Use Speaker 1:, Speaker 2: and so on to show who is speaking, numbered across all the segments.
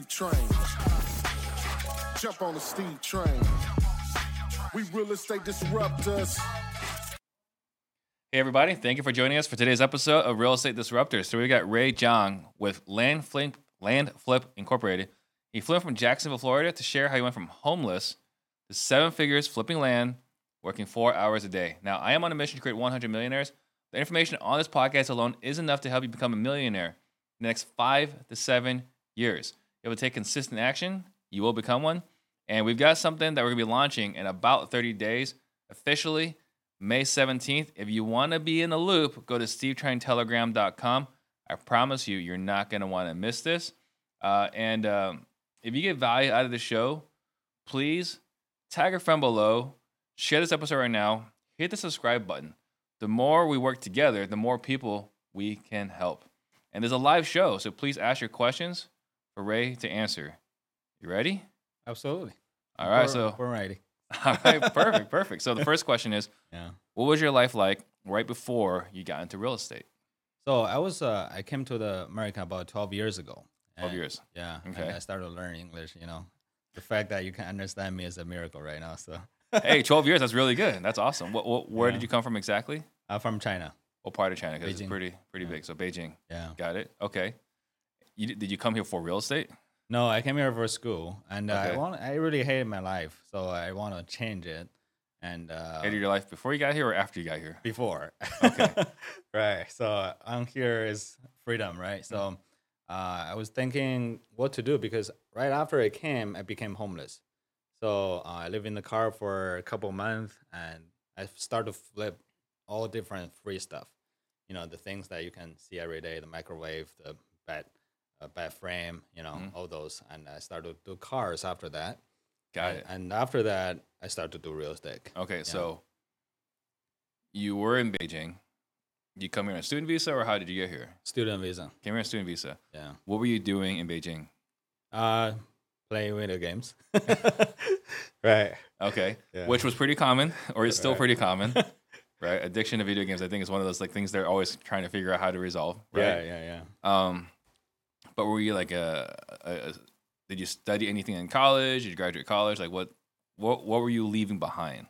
Speaker 1: train. Jump on the Steve train. We real estate disruptors.
Speaker 2: Hey, everybody. Thank you for joining us for today's episode of Real Estate Disruptors. So, we got Ray Jong with Land Flip, Land Flip Incorporated. He flew from Jacksonville, Florida to share how he went from homeless to seven figures flipping land, working four hours a day. Now, I am on a mission to create 100 millionaires. The information on this podcast alone is enough to help you become a millionaire in the next five to seven years. If you take consistent action, you will become one. And we've got something that we're going to be launching in about 30 days officially. May 17th. If you want to be in the loop, go to stevetraintelegram.com. I promise you, you're not going to want to miss this. Uh, and um, if you get value out of the show, please tag a friend below, share this episode right now, hit the subscribe button. The more we work together, the more people we can help. And there's a live show, so please ask your questions for Ray to answer. You ready?
Speaker 3: Absolutely.
Speaker 2: All right,
Speaker 3: We're-
Speaker 2: so
Speaker 3: we're ready.
Speaker 2: all right, perfect, perfect. So the first question is
Speaker 3: Yeah.
Speaker 2: what was your life like right before you got into real estate?
Speaker 3: So I was uh, I came to the America about twelve years ago.
Speaker 2: 12
Speaker 3: and-
Speaker 2: years.
Speaker 3: Yeah. and
Speaker 2: Okay.
Speaker 3: I started learning English. You know, the fact that you can understand me is a miracle right now. So
Speaker 2: Hey, 12 years. That's really good. That's awesome. What, what, where
Speaker 3: Yeah.
Speaker 2: did you come from exactly?
Speaker 3: I'm from China.
Speaker 2: What part of China? Because it's
Speaker 3: Beijing.
Speaker 2: pretty pretty
Speaker 3: Yeah.
Speaker 2: big. So Beijing.
Speaker 3: Yeah.
Speaker 2: Got it. Okay. You, di- did you come here for real estate?
Speaker 3: No, I came here for school, and uh,
Speaker 2: Okay.
Speaker 3: I want I really hated my life, so I want to change it. And uh,
Speaker 2: Hated your life before you got here or after you got here?
Speaker 3: before.
Speaker 2: Okay.
Speaker 3: right. So on here is freedom, right?
Speaker 2: Mm.
Speaker 3: So uh, I was thinking what to do because right after I came, I became homeless. So uh, I lived in the car for a couple months and I started to flip all different free stuff. You know, the things that you can see every day, the microwave, the bed, uh, bed frame, you know,
Speaker 2: Mm.
Speaker 3: all those. And I started to do cars after that.
Speaker 2: Got
Speaker 3: and,
Speaker 2: it.
Speaker 3: and after that, I started to do real estate.
Speaker 2: Okay. So you were in Beijing. You come here on a student visa or how did you get here?
Speaker 3: Student visa.
Speaker 2: Came here on a student visa.
Speaker 3: Yeah.
Speaker 2: What were you doing in Beijing?
Speaker 3: Uh, playing video games. right.
Speaker 2: Okay.
Speaker 3: Yeah.
Speaker 2: Which was pretty common or is still
Speaker 3: Right.
Speaker 2: pretty common. right. Addiction to video games, I think, is one of those like things they're always trying to figure out how to resolve. Right.
Speaker 3: Yeah, yeah, yeah.
Speaker 2: Um, but were you like a, a, a did you study anything in college? Did you graduate college? Like what what what were you leaving behind?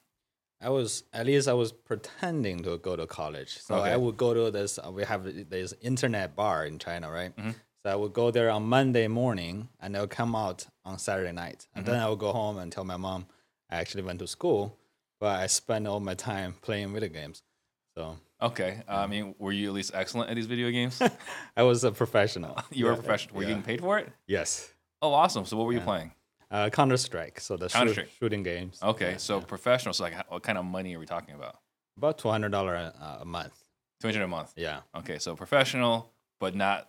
Speaker 3: I was at least I was pretending to go to college. So
Speaker 2: Okay.
Speaker 3: I would go to this. uh, We have this internet bar in China, right?
Speaker 2: Mm-hmm.
Speaker 3: So I would go there on Monday morning, and I'll come out on Saturday night, and
Speaker 2: Mm-hmm.
Speaker 3: then I would go home and tell my mom I actually went to school, but I spent all my time playing video games. So
Speaker 2: Okay, I mean, were you at least excellent at these video games?
Speaker 3: I was a professional.
Speaker 2: you were a
Speaker 3: Yeah.
Speaker 2: professional. Were you
Speaker 3: Yeah.
Speaker 2: getting paid for it?
Speaker 3: Yes.
Speaker 2: Oh, awesome! So what were you playing?
Speaker 3: Uh, Counter Strike. So the shoot,
Speaker 2: Counter-Strike.
Speaker 3: shooting games.
Speaker 2: Okay,
Speaker 3: Yeah,
Speaker 2: so professional. So like, h- what kind of money are we talking about?
Speaker 3: about two hundred dollar a, a month.
Speaker 2: Two hundred a month.
Speaker 3: Yeah,
Speaker 2: Okay, so professional, but not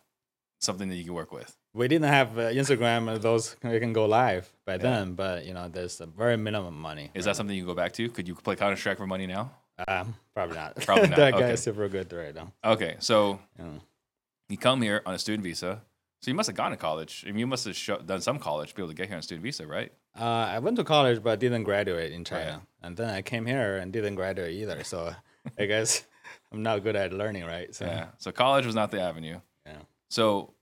Speaker 2: something that you can work with.
Speaker 3: we didn't have uh, Instagram. and Those we can go live by then, but you know, there's a very minimum money.
Speaker 2: Is that something you can go back to? Could you play Counter Strike for money now?
Speaker 3: Um, probably not.
Speaker 2: Probably not,
Speaker 3: that guy
Speaker 2: okay.
Speaker 3: is super good right now.
Speaker 2: Okay, so
Speaker 3: Yeah.
Speaker 2: you come here on a student visa. So you must have gone to college. I mean, you must have sho- done some college to be able to get here on a student visa, right?
Speaker 3: Uh, I went to college, but didn't graduate in China,
Speaker 2: Right.
Speaker 3: and then I came here and didn't graduate either. So I guess I'm not good at learning, right? So
Speaker 2: Yeah. So college was not the avenue.
Speaker 3: yeah.
Speaker 2: So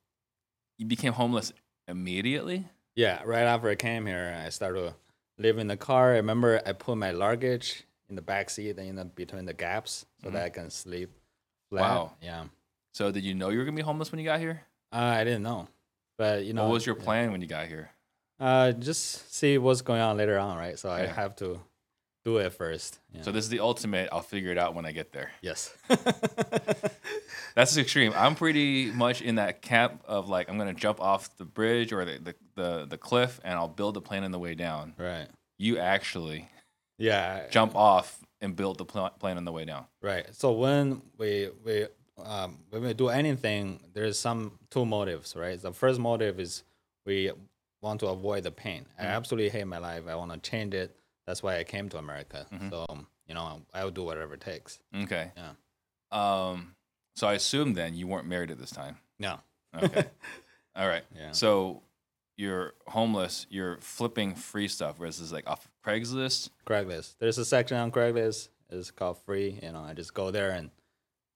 Speaker 2: you became homeless immediately.
Speaker 3: Yeah, right after I came here, I started to live in the car. I remember I put my luggage in the back seat and in the, between the gaps so that I can sleep. Flat.
Speaker 2: Mm-hmm. Wow.
Speaker 3: Yeah.
Speaker 2: So did you know you were gonna be homeless when you got here?
Speaker 3: Uh, I didn't know, but you know,
Speaker 2: what was your plan when you got here?
Speaker 3: uh, just see what's going on later on, right? So I
Speaker 2: Yeah.
Speaker 3: have to do it first. Yeah.
Speaker 2: So this is the ultimate. I'll figure it out when I get there.
Speaker 3: yes.
Speaker 2: That's extreme. I'm pretty much in that camp of like I'm gonna jump off the bridge or the the, the, the cliff and I'll build a plan on the way down.
Speaker 3: right.
Speaker 2: You actually
Speaker 3: Yeah. I-
Speaker 2: jump off and build the pl- plan on the way down.
Speaker 3: Right. So when we we um, when we do anything, there's some two motives, right? The first motive is we want to avoid the pain. I
Speaker 2: Mm-hmm.
Speaker 3: absolutely hate my life. I want to change it. That's why I came to America.
Speaker 2: Mm-hmm.
Speaker 3: So um, you know, I will do whatever it takes.
Speaker 2: Okay.
Speaker 3: Yeah.
Speaker 2: Um. So I assume then you weren't married at this time.
Speaker 3: No.
Speaker 2: Okay. All right.
Speaker 3: Yeah.
Speaker 2: So you're homeless. You're flipping free stuff. Whereas this is like off of Craigslist.
Speaker 3: Craigslist. There's a section on Craigslist. It's called free. You know, I just go there and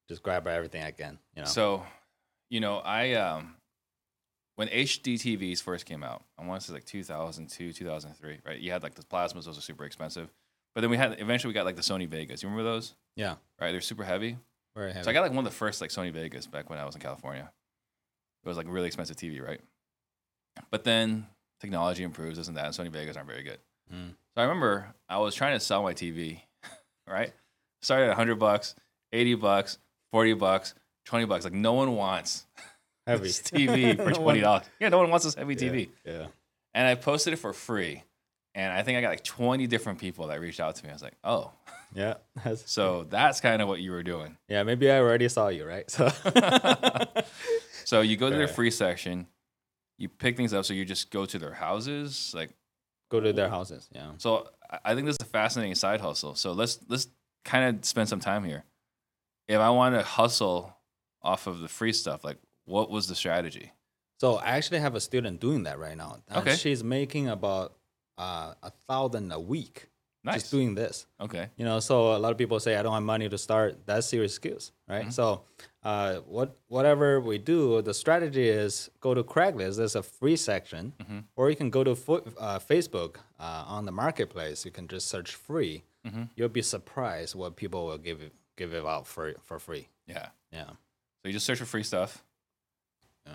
Speaker 3: just grab everything I can. You know.
Speaker 2: So, you know, I um, when HDTVs first came out, I want to say like 2002, 2003, right? You had like the plasmas; those are super expensive. But then we had eventually we got like the Sony Vegas. You remember those?
Speaker 3: Yeah.
Speaker 2: Right, they're super heavy.
Speaker 3: Very heavy.
Speaker 2: So I got like one of the first like Sony Vegas back when I was in California. It was like a really expensive TV, right? But then technology improves, isn't that? And Sony Vegas aren't very good.
Speaker 3: Mm.
Speaker 2: So I remember I was trying to sell my TV, right? Started at 100 bucks, 80 bucks, 40 bucks, 20 bucks. Like no one wants
Speaker 3: heavy.
Speaker 2: this TV for
Speaker 3: No one-
Speaker 2: $20. yeah, no one wants this heavy TV.
Speaker 3: Yeah.
Speaker 2: And I posted it for free. And I think I got like 20 different people that reached out to me. I was like, oh,
Speaker 3: Yeah. That's-
Speaker 2: so that's kind of what you were doing.
Speaker 3: yeah. Maybe I already saw you, right? So
Speaker 2: So you go to their
Speaker 3: Fair.
Speaker 2: free section, you pick things up. So you just go to their houses, like
Speaker 3: go to their houses. Yeah.
Speaker 2: so. I- I think this is a fascinating side hustle. So let's let's kind of spend some time here. If I want to hustle off of the free stuff, like what was the strategy?
Speaker 3: So I actually have a student doing that right now. And
Speaker 2: Okay.
Speaker 3: She's making about uh, a thousand a week
Speaker 2: Nice.
Speaker 3: just doing this.
Speaker 2: okay.
Speaker 3: You know, so a lot of people say I don't have money to start. That's serious skills, right?
Speaker 2: Mm-hmm.
Speaker 3: So, uh, what whatever we do, the strategy is go to Craigslist. There's a free section,
Speaker 2: Mm-hmm.
Speaker 3: or you can go to fo- uh, Facebook uh, on the marketplace. You can just search free.
Speaker 2: Mm-hmm.
Speaker 3: You'll be surprised what people will give you, give it out for for free.
Speaker 2: Yeah.
Speaker 3: Yeah,
Speaker 2: So you just search for free stuff.
Speaker 3: Yeah.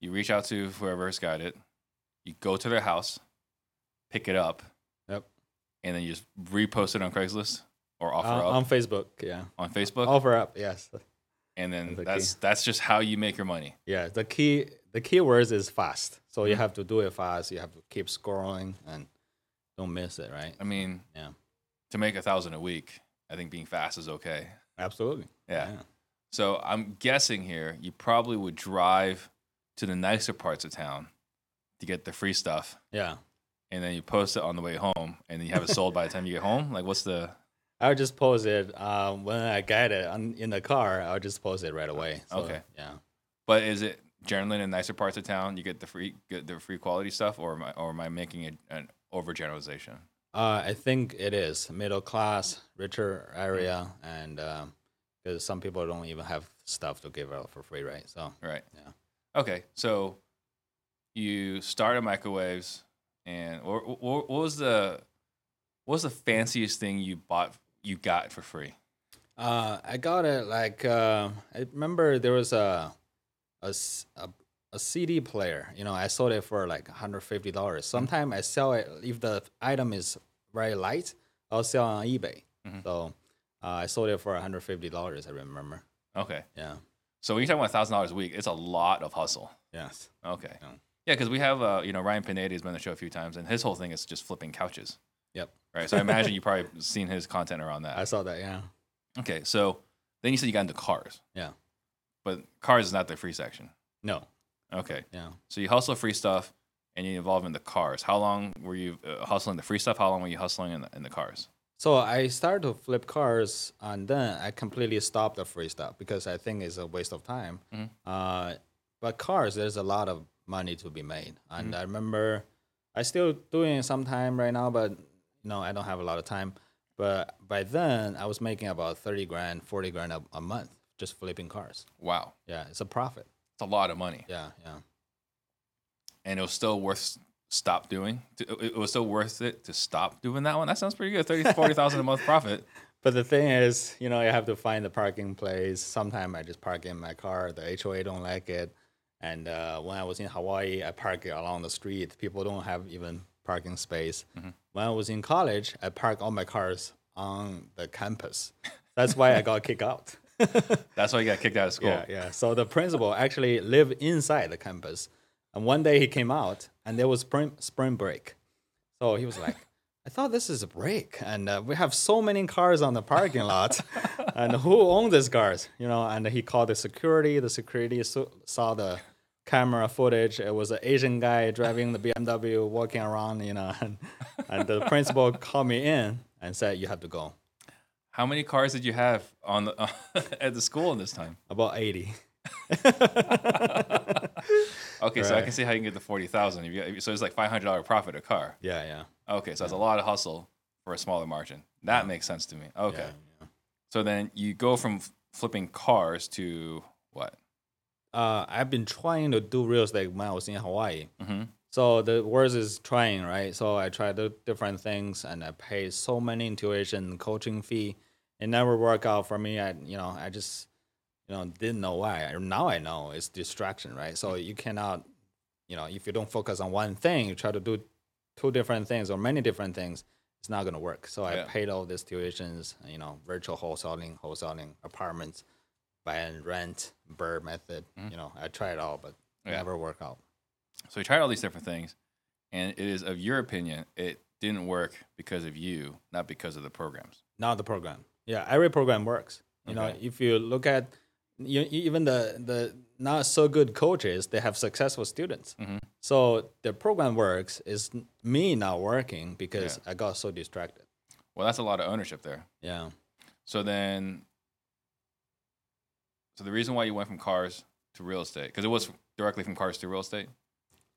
Speaker 2: You reach out to whoever's got it. You go to their house, pick it up,
Speaker 3: yep.
Speaker 2: and then you just repost it on Craigslist or offer
Speaker 3: On,
Speaker 2: up
Speaker 3: on Facebook, yeah.
Speaker 2: on Facebook.
Speaker 3: Offer up, yes.
Speaker 2: and then
Speaker 3: the
Speaker 2: that's that's just how you make your money.
Speaker 3: Yeah, the key the key words is fast. So
Speaker 2: Mm-hmm.
Speaker 3: you have to do it fast. You have to keep scrolling and don't miss it, right?
Speaker 2: I mean,
Speaker 3: Yeah,
Speaker 2: to make a thousand a week, I think being fast is okay.
Speaker 3: absolutely.
Speaker 2: Yeah. So I'm guessing here, you probably would drive to the nicer parts of town to get the free stuff,
Speaker 3: Yeah.
Speaker 2: and then you post it on the way home, and then you have it sold by the time you get home. Like, what's the
Speaker 3: I would just post it uh, when I get it on, in the car. I'll just post it right away. So,
Speaker 2: Okay.
Speaker 3: Yeah.
Speaker 2: but is it generally in the nicer parts of town you get the free get the free quality stuff, or am I, or am I making it an overgeneralization?
Speaker 3: Uh, I think it is middle class, richer area, and because some people don't even have stuff to give out for free, right? So
Speaker 2: Right.
Speaker 3: Yeah.
Speaker 2: Okay. So you started microwaves, and or, or, what was the what was the fanciest thing you bought you got for free?
Speaker 3: Uh, I got it like uh, I remember there was a a, s- a- a CD player. You know, I sold it for like hundred fifty dollars. Sometimes I sell it if the item is very light. I'll sell on eBay. So uh, I sold it for hundred fifty dollars. I remember.
Speaker 2: Okay.
Speaker 3: Yeah.
Speaker 2: So when you're talking about thousand dollars a week, it's a lot of hustle.
Speaker 3: Yes.
Speaker 2: Okay.
Speaker 3: Yeah.
Speaker 2: Yeah, because we have uh, you know Ryan Pineda has been on the show a few times, and his whole thing is just flipping couches,
Speaker 3: Yep.
Speaker 2: right? So I imagine you probably seen his content around
Speaker 3: I
Speaker 2: that.
Speaker 3: saw that. Yeah.
Speaker 2: Okay. So then you said you got into cars,
Speaker 3: Yeah.
Speaker 2: but cars is not the free section.
Speaker 3: No.
Speaker 2: Okay.
Speaker 3: Yeah.
Speaker 2: So you hustle free stuff and you involve in the cars. How long were you uh, hustling the free stuff? How long were you hustling in the, in the cars?
Speaker 3: So I started to flip cars, and then I completely stopped the free stuff because I think it's a waste of time. Uh, but cars, there's a lot of money to be made, and I remember I still doing it sometime right now, but you know I don't have a lot of time. But by then I was making about thirty grand, forty grand a, a month just flipping cars.
Speaker 2: Wow.
Speaker 3: Yeah, it's a profit.
Speaker 2: It's a lot of money.
Speaker 3: Yeah, yeah,
Speaker 2: And it was still worth s- stop doing. to- It it was still worth it to stop doing that one. That sounds pretty good. 30, 40,000 a month profit.
Speaker 3: But the thing is, you know, you have to find the parking place. Sometimes I just park in my car. The HOA don't like it. And uh, when I was in Hawaii, I park it along the street. People don't have even parking space. When I was in college, I park all my cars on the campus. That's why I got kicked out.
Speaker 2: That's why you got kicked out of school.
Speaker 3: Yeah, yeah. So the principal actually lived inside the campus, and one day he came out, and there was spring spring break. So he was like, "I thought this is a break, and uh, we have so many cars on the parking lot, and who owns these cars? You know?" And he called the security. The security so- saw the camera footage. It was an Asian guy driving the BMW, walking around, you know. And, and the principal called me in and said, "You have to go."
Speaker 2: How many cars did you have on the, at the school in this time?
Speaker 3: About eighty.
Speaker 2: Okay, so I
Speaker 3: Right.
Speaker 2: can see how you can get the 40,000. If you got- So it's like $500 profit a car.
Speaker 3: Yeah, yeah.
Speaker 2: Okay, so that's a lot of hustle for a smaller margin. That makes sense to me. Okay.
Speaker 3: Yeah, yeah.
Speaker 2: So then you go from f- flipping cars to what?
Speaker 3: uh, I've been trying to do real estate when I was in Hawaii.
Speaker 2: Mm-hmm.
Speaker 3: So the words is trying, right? So I tried the different things and I paid so many tuition coaching fee. It never worked out for me. I you know, I just you know, didn't know why. I- Now I know it's distraction, right? So you cannot, you know, if you don't focus on one thing, you try to do two different things or many different things, it's not gonna work. So
Speaker 2: Yeah.
Speaker 3: I paid all these tuitions, you know, virtual wholesaling, wholesaling apartments, buy and rent, Burr method. You know, I tried all, but
Speaker 2: Mm-hmm. Yeah.
Speaker 3: never worked out.
Speaker 2: So we tried all these different things, and it is of your opinion it didn't work because of you, not because of the programs.
Speaker 3: not the program. Yeah, every program works. You know,
Speaker 2: Okay.
Speaker 3: if you look at you, you- even the the not so good coaches, they have successful students.
Speaker 2: Mhm.
Speaker 3: So the program works. Is me not working because I got so distracted.
Speaker 2: Well, that's a lot of ownership there.
Speaker 3: Yeah,
Speaker 2: So then, so the reason why you went from cars to real estate because it was directly from cars to real estate.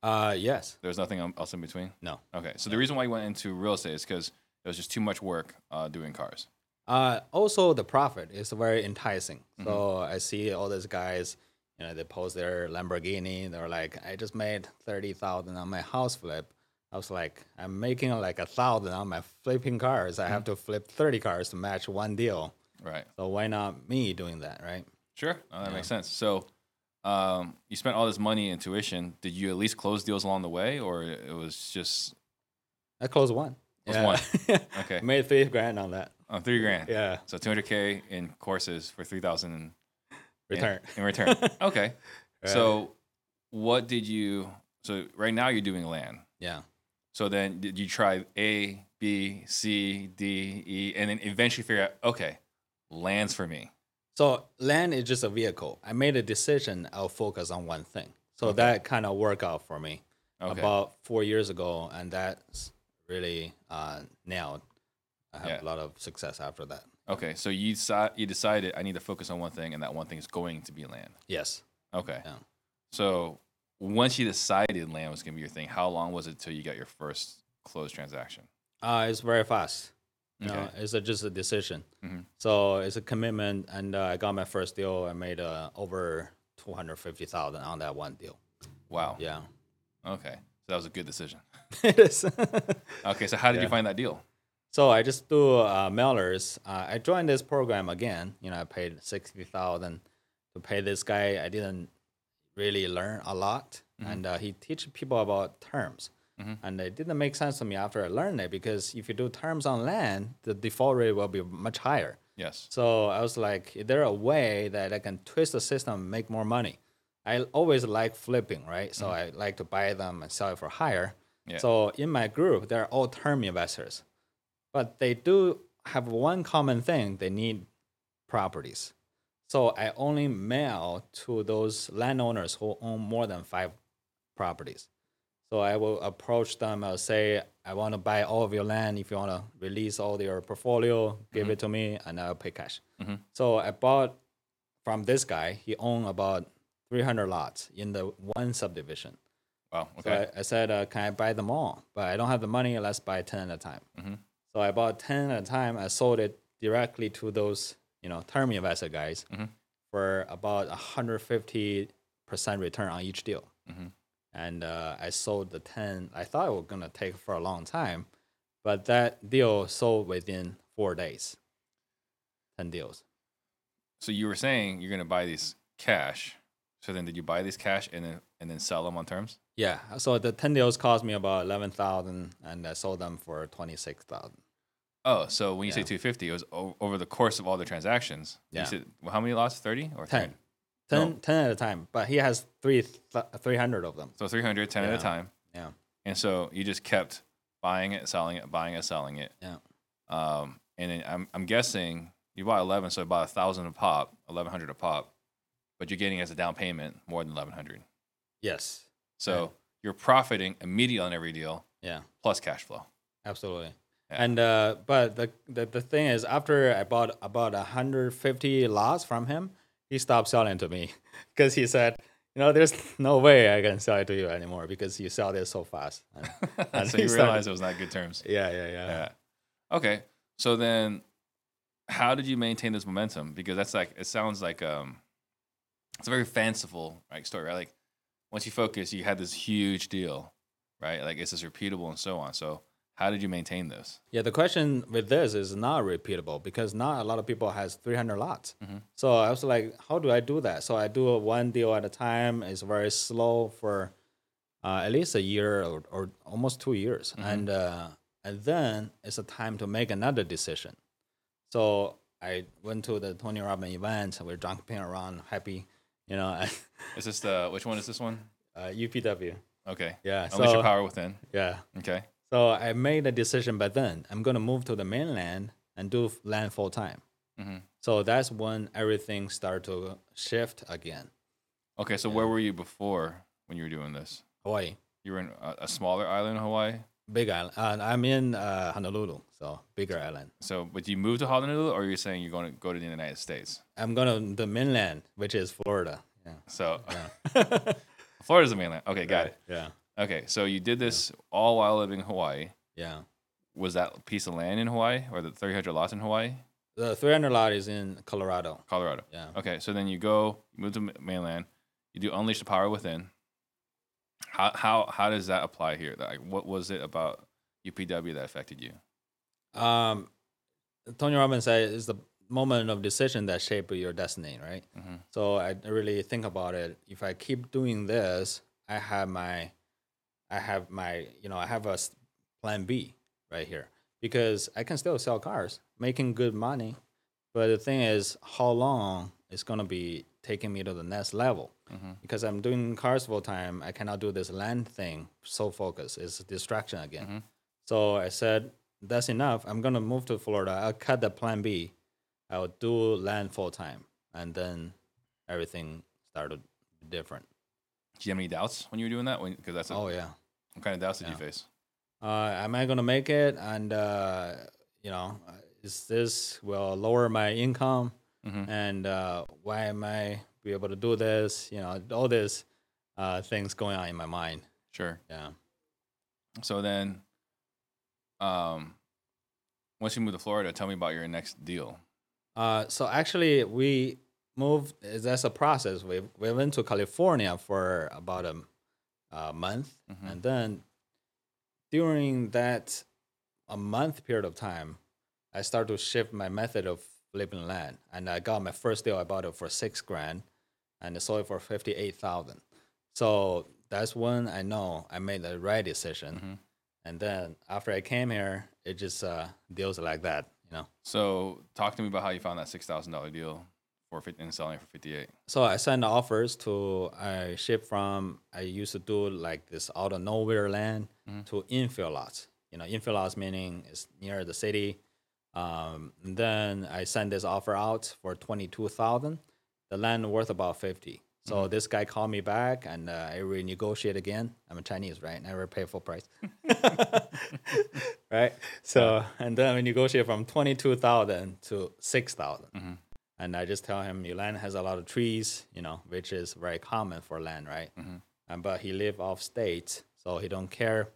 Speaker 3: uh, yes,
Speaker 2: There was nothing el- else in between.
Speaker 3: no.
Speaker 2: Okay, so the reason why you went into real estate is because it was just too much work uh, doing cars.
Speaker 3: Uh, also, the profit is very enticing. So
Speaker 2: Mm-hmm.
Speaker 3: I see all these guys, you know, they post their Lamborghini. They're like, I just made thirty thousand on my house flip. I was like, I'm making like a thousand on my flipping cars. I
Speaker 2: Mm-hmm.
Speaker 3: have to flip thirty cars to match one deal.
Speaker 2: Right.
Speaker 3: So why not me doing that, right?
Speaker 2: Sure. No, that makes sense. So um, you spent all this money in tuition. Did you at least close deals along the way, or it was just
Speaker 3: I closed one.
Speaker 2: Closed
Speaker 3: one.
Speaker 2: Okay.
Speaker 3: made three grand on that.
Speaker 2: uh, three grand?
Speaker 3: Yeah.
Speaker 2: So 200k in courses for 3,000 in-
Speaker 3: Return.
Speaker 2: in return. okay. So what did you? So right now you're doing land.
Speaker 3: Yeah.
Speaker 2: So then did you try A, B, C, D, E, and then eventually figure out okay, lands for me.
Speaker 3: So land is just a vehicle. I made a decision. I'll focus on one thing. So
Speaker 2: Okay.
Speaker 3: that kind of worked out for me.
Speaker 2: Okay.
Speaker 3: about four years ago, and that's really uh, nailed. I have
Speaker 2: Yeah.
Speaker 3: a lot of success after that.
Speaker 2: Okay, so you deci- you decided I need to focus on one thing, and that one thing is going to be land.
Speaker 3: Yes,
Speaker 2: Okay.
Speaker 3: Yeah.
Speaker 2: So once you decided land was going to be your thing, how long was it till you got your first closed transaction?
Speaker 3: uh, it's very fast. You know,
Speaker 2: Okay.
Speaker 3: it's a, just a decision.
Speaker 2: Mhm.
Speaker 3: So it's a commitment, and uh, I got my first deal. I made uh, over two hundred fifty thousand on that one deal.
Speaker 2: Wow.
Speaker 3: Yeah,
Speaker 2: Okay. So that was a good decision.
Speaker 3: it is.
Speaker 2: Okay. So how did you
Speaker 3: Yeah.
Speaker 2: find that deal?
Speaker 3: So I just do uh, mailers. Uh, I joined this program again. You know, I paid sixty thousand to pay this guy. I didn't really learn a lot, and uh, he teach people about terms, and it didn't make sense to me after I learned it because if you do terms on land, the default rate will be much higher.
Speaker 2: Yes.
Speaker 3: So I was like, is there a way that I can twist the system and make more money? I always like flipping, right? So I like to buy them and sell it for higher.
Speaker 2: Yeah.
Speaker 3: So in my group, they're all term investors, but they do have one common thing they need properties. So I only mail to those landowners who own more than five properties. So I will approach them. I'll say, I want to buy all of your land. If you want to release all your portfolio, give it to me, and I'll pay cash. So I bought from this guy. He owned about 300 lots in the one subdivision.
Speaker 2: Wow.
Speaker 3: So
Speaker 2: Okay.
Speaker 3: I, I said, uh, can I buy them all? But I don't have the money. Let's buy 10 at a time.
Speaker 2: Mhm.
Speaker 3: So I bought 10 at a time. I sold it directly to those, you know, term investor guys
Speaker 2: Mhm.
Speaker 3: for about 150% return on each deal.
Speaker 2: Mhm.
Speaker 3: And uh, I sold the 10. I thought it was going to take for a long time, but that deal sold within four days. 10 deals.
Speaker 2: so you were saying you're going to buy these cash. So then, did you buy these cash and then and then sell them on terms?
Speaker 3: Yeah. So the 10 deals cost me about 11,000 and I sold them for 26,000.
Speaker 2: Oh, so when you say
Speaker 3: Yeah.
Speaker 2: 250, it was o- over the course of all the transactions.
Speaker 3: Yeah.
Speaker 2: You said well, how many lots? 30 or
Speaker 3: 10.
Speaker 2: 30?
Speaker 3: 10,
Speaker 2: No.
Speaker 3: 10 at a time, but he has three th- 300 of them.
Speaker 2: So 300, 10 at
Speaker 3: Yeah.
Speaker 2: a time.
Speaker 3: Yeah.
Speaker 2: And so you just kept buying it, selling it, buying it, selling it.
Speaker 3: Yeah.
Speaker 2: Um, and then I'm, I'm guessing you bought 11, so about a thousand a pop, 1100 a pop, but you're getting as a down payment more than 1100.
Speaker 3: Yes.
Speaker 2: So you're profiting immediately on every deal
Speaker 3: Yeah.
Speaker 2: plus cash flow.
Speaker 3: Absolutely.
Speaker 2: Yeah.
Speaker 3: And uh, but the, the the thing is, after I bought about 150 lots from him, he stopped selling to me because he said, you know, there's no way I can sell it to you anymore because you sell this so fast. And, and
Speaker 2: so
Speaker 3: he
Speaker 2: you
Speaker 3: started-
Speaker 2: realize it was not good terms.
Speaker 3: yeah, yeah, yeah,
Speaker 2: Yeah. Okay. So then how did you maintain this momentum? Because that's like, it sounds like um, it's a very fanciful like story, right? Like once you focus, you had this huge deal, right? Like it's just repeatable and so on. So how did you maintain this?
Speaker 3: Yeah, the question with this is not repeatable because not a lot of people has 300 lots. So I was like, how do I do that? So I do a one deal at a time. It's very slow for uh, at least a year or, or almost two years, and uh, and then it's a time to make another decision. So I went to the Tony Robbins event. We're jumping around, happy, you know,
Speaker 2: Is this the which one is this one?
Speaker 3: uh, UPW.
Speaker 2: Okay.
Speaker 3: Yeah,
Speaker 2: Unleash your
Speaker 3: so-
Speaker 2: power within.
Speaker 3: Yeah.
Speaker 2: Okay.
Speaker 3: So I made a decision by then. I'm gonna move to the mainland and do f- land full time.
Speaker 2: Mhm.
Speaker 3: So that's when everything started to shift again.
Speaker 2: Okay. So where were you before when you were doing this?
Speaker 3: Hawaii,
Speaker 2: You were in a, a smaller island in Hawaii.
Speaker 3: big island. Uh, I'm in uh, Honolulu, so bigger island.
Speaker 2: So, but you moved to Honolulu, or you're saying you're going to go to the United States?
Speaker 3: I'm gonna the mainland, which is Florida. Yeah.
Speaker 2: So, uh, Florida's the mainland. Okay, got it.
Speaker 3: Yeah.
Speaker 2: Okay, so you did this all while living in Hawaii.
Speaker 3: Yeah.
Speaker 2: Was that piece of land in Hawaii, or the 300 lots in Hawaii,
Speaker 3: The 300 lot is in Colorado.
Speaker 2: Colorado?
Speaker 3: Yeah.
Speaker 2: Okay, so then you go, you move to ma- mainland, you do unleash the power within. How how how does that apply here? Like, what was it about UPW that affected you?
Speaker 3: Um, Tony Robbins said it's the moment of decision that shape your destiny, right? So I really think about it. If I keep doing this, I have my, I have my, you know, I have a s- plan B right here because I can still sell cars, making good money. But the thing is, how long it's gonna be taking me to the next level? Because I'm doing cars full time, I cannot do this land thing. So focused, it's a distraction again. So I said, that's enough. I'm gonna move to Florida. I'll cut the plan B. I'll do land full time, and then everything started different.
Speaker 2: Do you have any doubts when you were doing that? Because that's a,
Speaker 3: Oh yeah,
Speaker 2: what kind of doubts did you face?
Speaker 3: uh, am I gonna make it? And uh, you know, uh, is this will lower my income? And uh, why am I be able to do this? You know, all these uh, things going on in my mind.
Speaker 2: Sure.
Speaker 3: Yeah.
Speaker 2: So then, um, once you move to Florida, tell me about your next deal.
Speaker 3: Uh, so actually, we moved. That's a process. We we went to California for about a, m- a month, and then during that a month period of time, I started to shift my method of flipping land, and I got my first deal. I bought it for six grand, and I sold it for fifty eight thousand. So that's when I know I made the right decision. And then after I came here, it just uh, deals like that, you know.
Speaker 2: So talk to me about how you found that six thousand dollar deal for fif- and selling it for fifty eight.
Speaker 3: so I send the offers to I ship from I used to do like this out of nowhere land to infill lots. You know, infill lots meaning it's near the city. Um, and then I send this offer out for twenty two thousand. The land worth about fifty. So this guy called me back and uh, I renegotiate again. I'm a Chinese, right? Never pay full price, right? So and then we negotiate from twenty two thousand to six and I just tell him your land has a lot of trees, you know, which is very common for land, right? And but he live off state, so he don't care.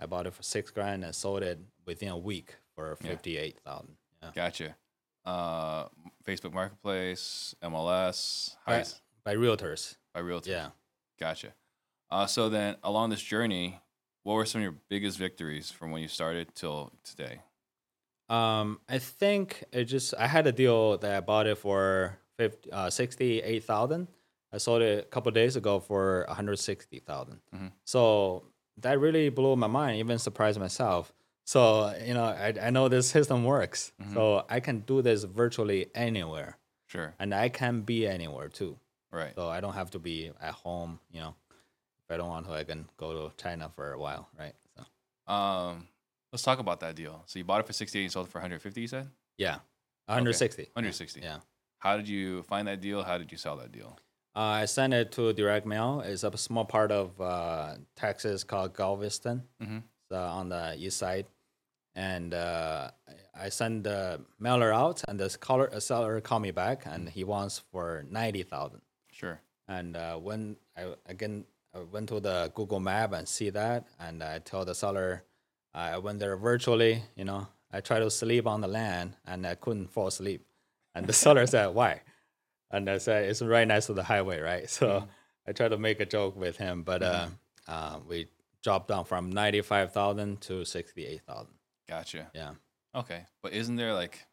Speaker 3: I bought it for six grand and sold it within a week for fifty eight thousand. Yeah.
Speaker 2: Gotcha. Uh, Facebook Marketplace, MLS, how
Speaker 3: By,
Speaker 2: you-
Speaker 3: by realtors,
Speaker 2: by Realty.
Speaker 3: yeah.
Speaker 2: Gotcha. Uh, so then, along this journey, what were some of your biggest victories from when you started till today?
Speaker 3: Um, I think it just I had a deal that I bought it for 50, uh, sixty eight thousand. I sold it a couple days ago for one hundred sixty
Speaker 2: Mm-hmm.
Speaker 3: So that really blew my mind, even surprised myself. So you know, I, I know this system works.
Speaker 2: Mm-hmm.
Speaker 3: So I can do this virtually anywhere,
Speaker 2: Sure.
Speaker 3: and I can be anywhere too.
Speaker 2: Right.
Speaker 3: So I don't have to be at home. You know, if I don't want to, I can go to China for a while, right? So
Speaker 2: Um, let's talk about that deal. So you bought it for sixty eight, and sold it for one hundred fifty. You said one
Speaker 3: yeah, one hundred sixty.
Speaker 2: hundred sixty.
Speaker 3: Yeah.
Speaker 2: How did you find that deal? How did you sell that deal?
Speaker 3: Uh, I sent it to direct mail. It's a small part of uh, Texas called Galveston,
Speaker 2: Mhm.
Speaker 3: so on the east side. And uh, I I sent the mailer out, and this caller, uh, seller called me back, and he wants for ninety thousand.
Speaker 2: Sure.
Speaker 3: And uh, when I again I went to the Google Map and see that, and I told the seller uh, I went there virtually. You know, I tried to sleep on the land, and I couldn't fall asleep. And the seller said, "Why?" and I said it's right next to the highway, right? So I tried to make a joke with him, but uh, uh, we dropped down from ninety five thousand to sixty eight thousand.
Speaker 2: Gotcha.
Speaker 3: Yeah,
Speaker 2: Okay, but isn't there like,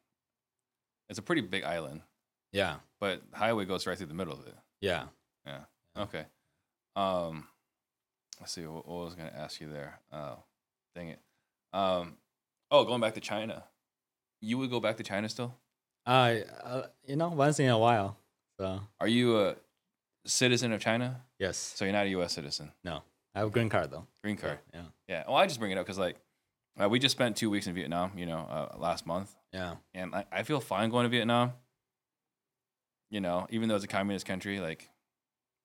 Speaker 2: it's a pretty big island,
Speaker 3: yeah,
Speaker 2: but the highway goes right through the middle of it.
Speaker 3: yeah.
Speaker 2: Yeah. Okay. Um, let's see. What, what was I going to ask you there? Oh, dang it. Um, oh, going back to China. You would go back to China still?
Speaker 3: Uh, uh, you know, once in a while. So
Speaker 2: Are you a citizen of China?
Speaker 3: yes,
Speaker 2: So you're not a U.S. citizen.
Speaker 3: no, I have a green card though.
Speaker 2: Green card.
Speaker 3: Yeah,
Speaker 2: Yeah. Well, I just bring it up because like, uh, we just spent two weeks in Vietnam. You know, uh, last month,
Speaker 3: yeah,
Speaker 2: and I, I feel fine going to Vietnam. You know, even though it's a communist country, like,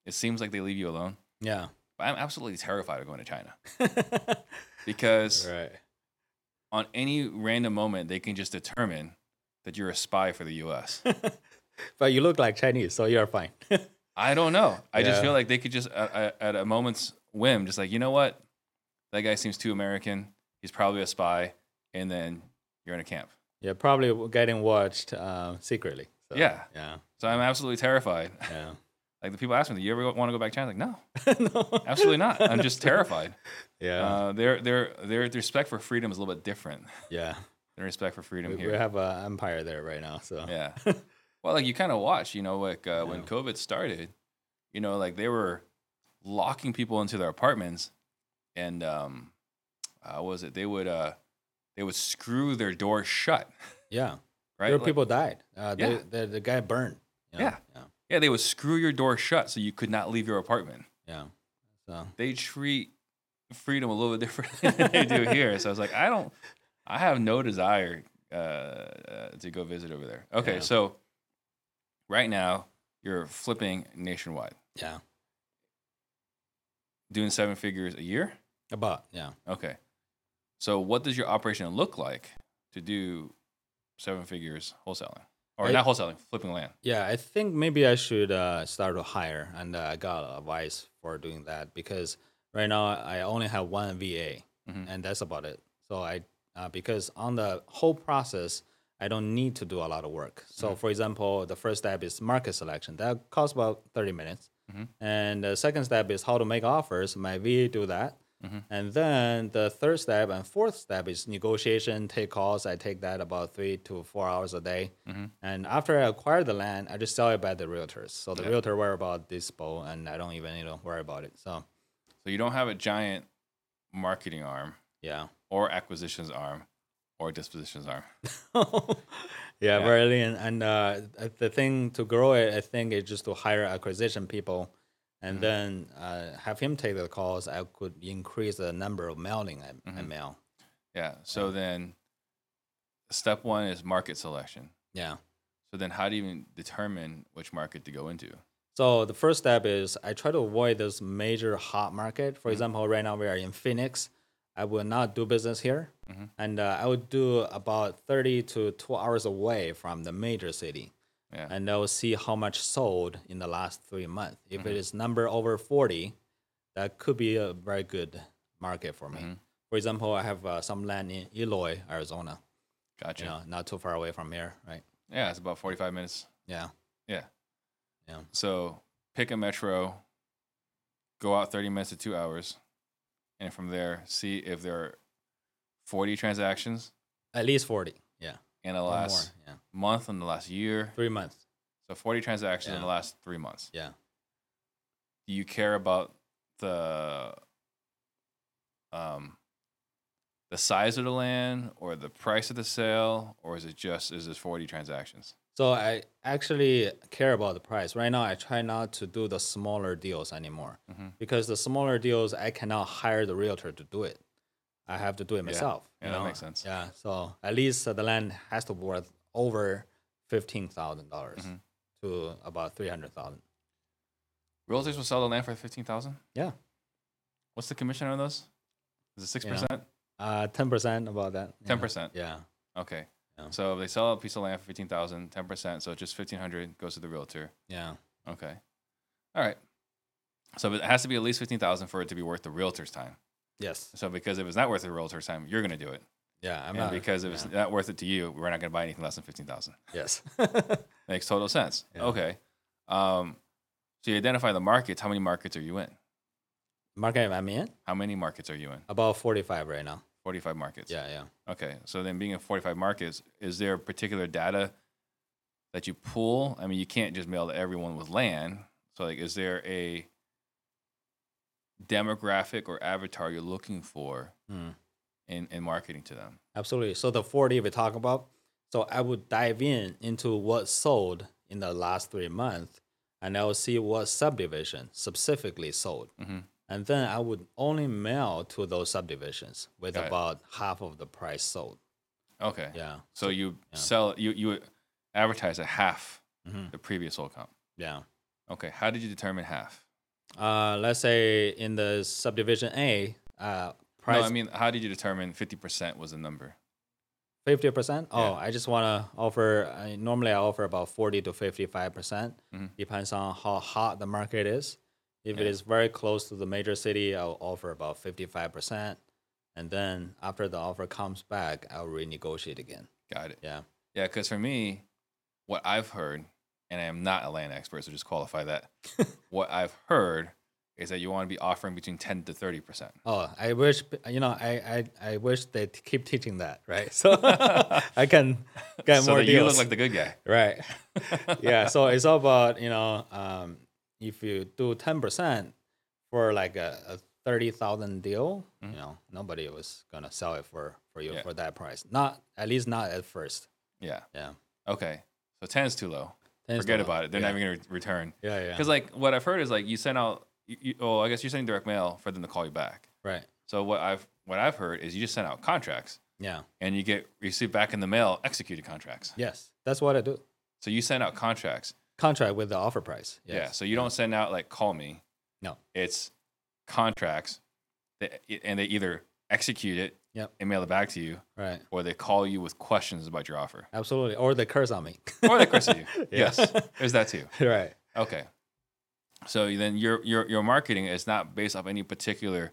Speaker 2: it seems like they leave you alone.
Speaker 3: yeah.
Speaker 2: But I'm absolutely terrified of going to China
Speaker 3: right.
Speaker 2: because on any random moment, they can just determine that you're a spy for the U.S.
Speaker 3: But you look like Chinese, so you're fine.
Speaker 2: I don't know. I just
Speaker 3: Yeah.
Speaker 2: feel like they could just at, at- at a moment's whim, just like you know what, that guy seems too American. He's probably a spy, and then you're in a camp.
Speaker 3: you're probably w- getting watched uh, secretly. So,
Speaker 2: Yeah.
Speaker 3: Yeah.
Speaker 2: So I'm absolutely terrified.
Speaker 3: Yeah.
Speaker 2: Like the people ask me, "Do you ever want to go back to China?" I'm like, no,
Speaker 3: no.
Speaker 2: absolutely not. I'm just terrified.
Speaker 3: Yeah.
Speaker 2: Uh, their their their respect for freedom is a little bit different
Speaker 3: yeah.
Speaker 2: than respect for freedom
Speaker 3: We,
Speaker 2: here.
Speaker 3: we have an empire there right now. So
Speaker 2: Yeah. well, like you kind of watch, you know, like uh, when COVID started, you know, like they were locking people into their apartments, and um, uh, what was it they would uh, they would screw their door shut,
Speaker 3: yeah.
Speaker 2: right?
Speaker 3: There
Speaker 2: Like-
Speaker 3: people died. Uh, they,
Speaker 2: Yeah.
Speaker 3: the, the guy burned. you know?
Speaker 2: Yeah. yeah, they would screw your door shut so you could not leave your apartment.
Speaker 3: Yeah. Yeah.
Speaker 2: They treat freedom a little bit different than they do here. So I was like, I don't, I have no desire uh, uh, to go visit over there. Okay,
Speaker 3: Yeah.
Speaker 2: so right now you're flipping nationwide.
Speaker 3: So yeah.
Speaker 2: doing seven figures a year.
Speaker 3: About yeah.
Speaker 2: Okay. So what does your operation look like to do seven figures wholesaling? Or
Speaker 3: I-
Speaker 2: not wholesaling, flipping land.
Speaker 3: Yeah, I think maybe I should uh, start to hire, and uh, I got advice for doing that because right now I only have one VA,
Speaker 2: Mhm.
Speaker 3: and that's about it. So I uh, because on the whole process, I don't need to do a lot of work. So for example, the first step is market selection. That costs about thirty minutes,
Speaker 2: Mhm.
Speaker 3: Mm-hmm. and the second step is how to make offers. My VA do that.
Speaker 2: Mhm.
Speaker 3: And then the third step and fourth step is negotiation, take calls. I take that about three to four hours a day. And after I acquire the land, I just sell it back to realtors. So the realtor worry about this bowl, and I don't even need to worry about it. So
Speaker 2: So you don't have a giant marketing arm
Speaker 3: yeah,
Speaker 2: or acquisitions arm or dispositions arm.
Speaker 3: yeah, very lean. And uh, the thing to grow it, I think, is just to hire acquisition people, and then uh, have him take the calls. I could increase the number of mailing I, I mail.
Speaker 2: Yeah. So then step one is market selection.
Speaker 3: Yeah.
Speaker 2: So then how do you even determine which market to go into?
Speaker 3: So the first step is I try to avoid this major hot market. For example, right now we are in Phoenix. I will not do business here, and uh, I would do about thirty to two hours away from the major city,
Speaker 2: Yeah.
Speaker 3: and I will see how much sold in the last three months. If it is number over forty, that could be a very good market for me. For example, I have uh, some land in Eloy, Arizona.
Speaker 2: Gotcha.
Speaker 3: You know, not too far away from here, right?
Speaker 2: Yeah, it's about 45 minutes.
Speaker 3: Yeah,
Speaker 2: Yeah.
Speaker 3: yeah,
Speaker 2: So pick a metro, go out 30 minutes to two hours, and from there, see if there are 40 transactions
Speaker 3: at least forty. Yeah,
Speaker 2: in the
Speaker 3: or more.
Speaker 2: last
Speaker 3: Yeah,
Speaker 2: month, in the last year.
Speaker 3: three months.
Speaker 2: So 40 transactions in
Speaker 3: Yeah.
Speaker 2: the last three months.
Speaker 3: Yeah.
Speaker 2: Do you care about the um the size of the land or the price of the sale or is it just is this 40 transactions?
Speaker 3: So I actually care about the price. Right now, I try not to do the smaller deals anymore
Speaker 2: Mhm.
Speaker 3: because the smaller deals I cannot hire the realtor to do it. I have to do it myself.
Speaker 2: Yeah, that makes sense.
Speaker 3: Yeah. So at least uh, the land has to worth over fifteen dollars
Speaker 2: Mhm.
Speaker 3: to about three hundred thousand.
Speaker 2: Realtors will sell the land for 15,000?
Speaker 3: Yeah.
Speaker 2: What's the commission on those? Is it
Speaker 3: Yeah.
Speaker 2: 6%?
Speaker 3: Uh, ten percent about that. yeah.
Speaker 2: 10%.
Speaker 3: Yeah.
Speaker 2: Okay.
Speaker 3: Yeah.
Speaker 2: So they sell a piece of land for 15,000, 10%, so just 1500 goes to the realtor.
Speaker 3: Yeah.
Speaker 2: Okay. All right. So it has to be at least 15,000 for it to be worth the realtor's time.
Speaker 3: Yes.
Speaker 2: So because if it's not worth the realtor's time, you're going to do it.
Speaker 3: Yeah. I'm
Speaker 2: And
Speaker 3: not.
Speaker 2: because if it's not worth it to you, we're not going to buy anything less than 15,000.
Speaker 3: yes.
Speaker 2: Makes total sense.
Speaker 3: Yeah.
Speaker 2: Okay. Um, so you identify the markets. How many markets are you in?
Speaker 3: Market I'm in
Speaker 2: How many markets are you in?
Speaker 3: about 45 right now.
Speaker 2: 45 markets.
Speaker 3: Yeah, yeah.
Speaker 2: Okay. So then being in 45 markets, is there particular data that you pull? I mean, you can't just mail to everyone with land. So like is there a demographic or avatar you're looking for
Speaker 3: Mm.
Speaker 2: in, in marketing to them?
Speaker 3: Absolutely. So the 40 we talk about. So I would dive in into what sold in the last three months, and I will see what subdivision specifically sold,
Speaker 2: Mhm.
Speaker 3: and then I would only mail to those subdivisions with
Speaker 2: Got it.
Speaker 3: about half of the price sold.
Speaker 2: Okay.
Speaker 3: Yeah,
Speaker 2: So you
Speaker 3: Yeah.
Speaker 2: sell you you advertise at half
Speaker 3: Mhm.
Speaker 2: the previous sold count.
Speaker 3: yeah.
Speaker 2: Okay. How did you determine half?
Speaker 3: Uh, let's say in the subdivision A, uh, price
Speaker 2: No, I mean, how did you determine 50% was the number?
Speaker 3: Fifty percent. Oh,
Speaker 2: Yeah.
Speaker 3: I just want to offer. I, normally, I offer about forty to fifty-five percent.
Speaker 2: Mhm.
Speaker 3: Depends on how hot the market is. If it
Speaker 2: Yeah.
Speaker 3: is very close to the major city, I'll offer about fifty-five percent, and then after the offer comes back, I'll renegotiate again.
Speaker 2: Got it.
Speaker 3: Yeah.
Speaker 2: Yeah, because for me, what I've heard, and I am not a land expert, so just qualify that. what I've heard is that you want to be offering between 10 to 30%.
Speaker 3: Oh, I wish p- you know. I I, I wish they t- keep teaching that, right? So I can get
Speaker 2: so
Speaker 3: more
Speaker 2: that
Speaker 3: deals.
Speaker 2: you look like the good guy.
Speaker 3: right yeah so it's all about you know um, if you do 10% for like a, a 30000 deal you know nobody was gonna sell it for for you
Speaker 2: Mm-hmm. Yeah.
Speaker 3: for that price not at least not at first
Speaker 2: Yeah.
Speaker 3: yeah
Speaker 2: Okay. So 10 is too low.
Speaker 3: Then it's
Speaker 2: Forget
Speaker 3: not-
Speaker 2: about it. They're
Speaker 3: yeah.
Speaker 2: not even going to return.
Speaker 3: yeah yeah
Speaker 2: Because, like, what I've heard is like you send out, you, you, oh, I guess you're sending direct mail for them to call you back.
Speaker 3: right
Speaker 2: So what I've what I've heard is you just send out contracts
Speaker 3: yeah
Speaker 2: and you get receive back in the mail executed contracts.
Speaker 3: yes that's what i do
Speaker 2: So you send out contracts.
Speaker 3: contract with the offer price yes.
Speaker 2: Yeah. So you don't send out like call me.
Speaker 3: No.
Speaker 2: It's contracts that, and they either execute it
Speaker 3: Yep.
Speaker 2: and mail it back to you,
Speaker 3: right
Speaker 2: or they call you with questions about your offer.
Speaker 3: absolutely or the curse on me
Speaker 2: Or they curse at you.
Speaker 3: Yeah.
Speaker 2: Yes. There's that too.
Speaker 3: right
Speaker 2: Okay. So then your your your marketing is not based off any particular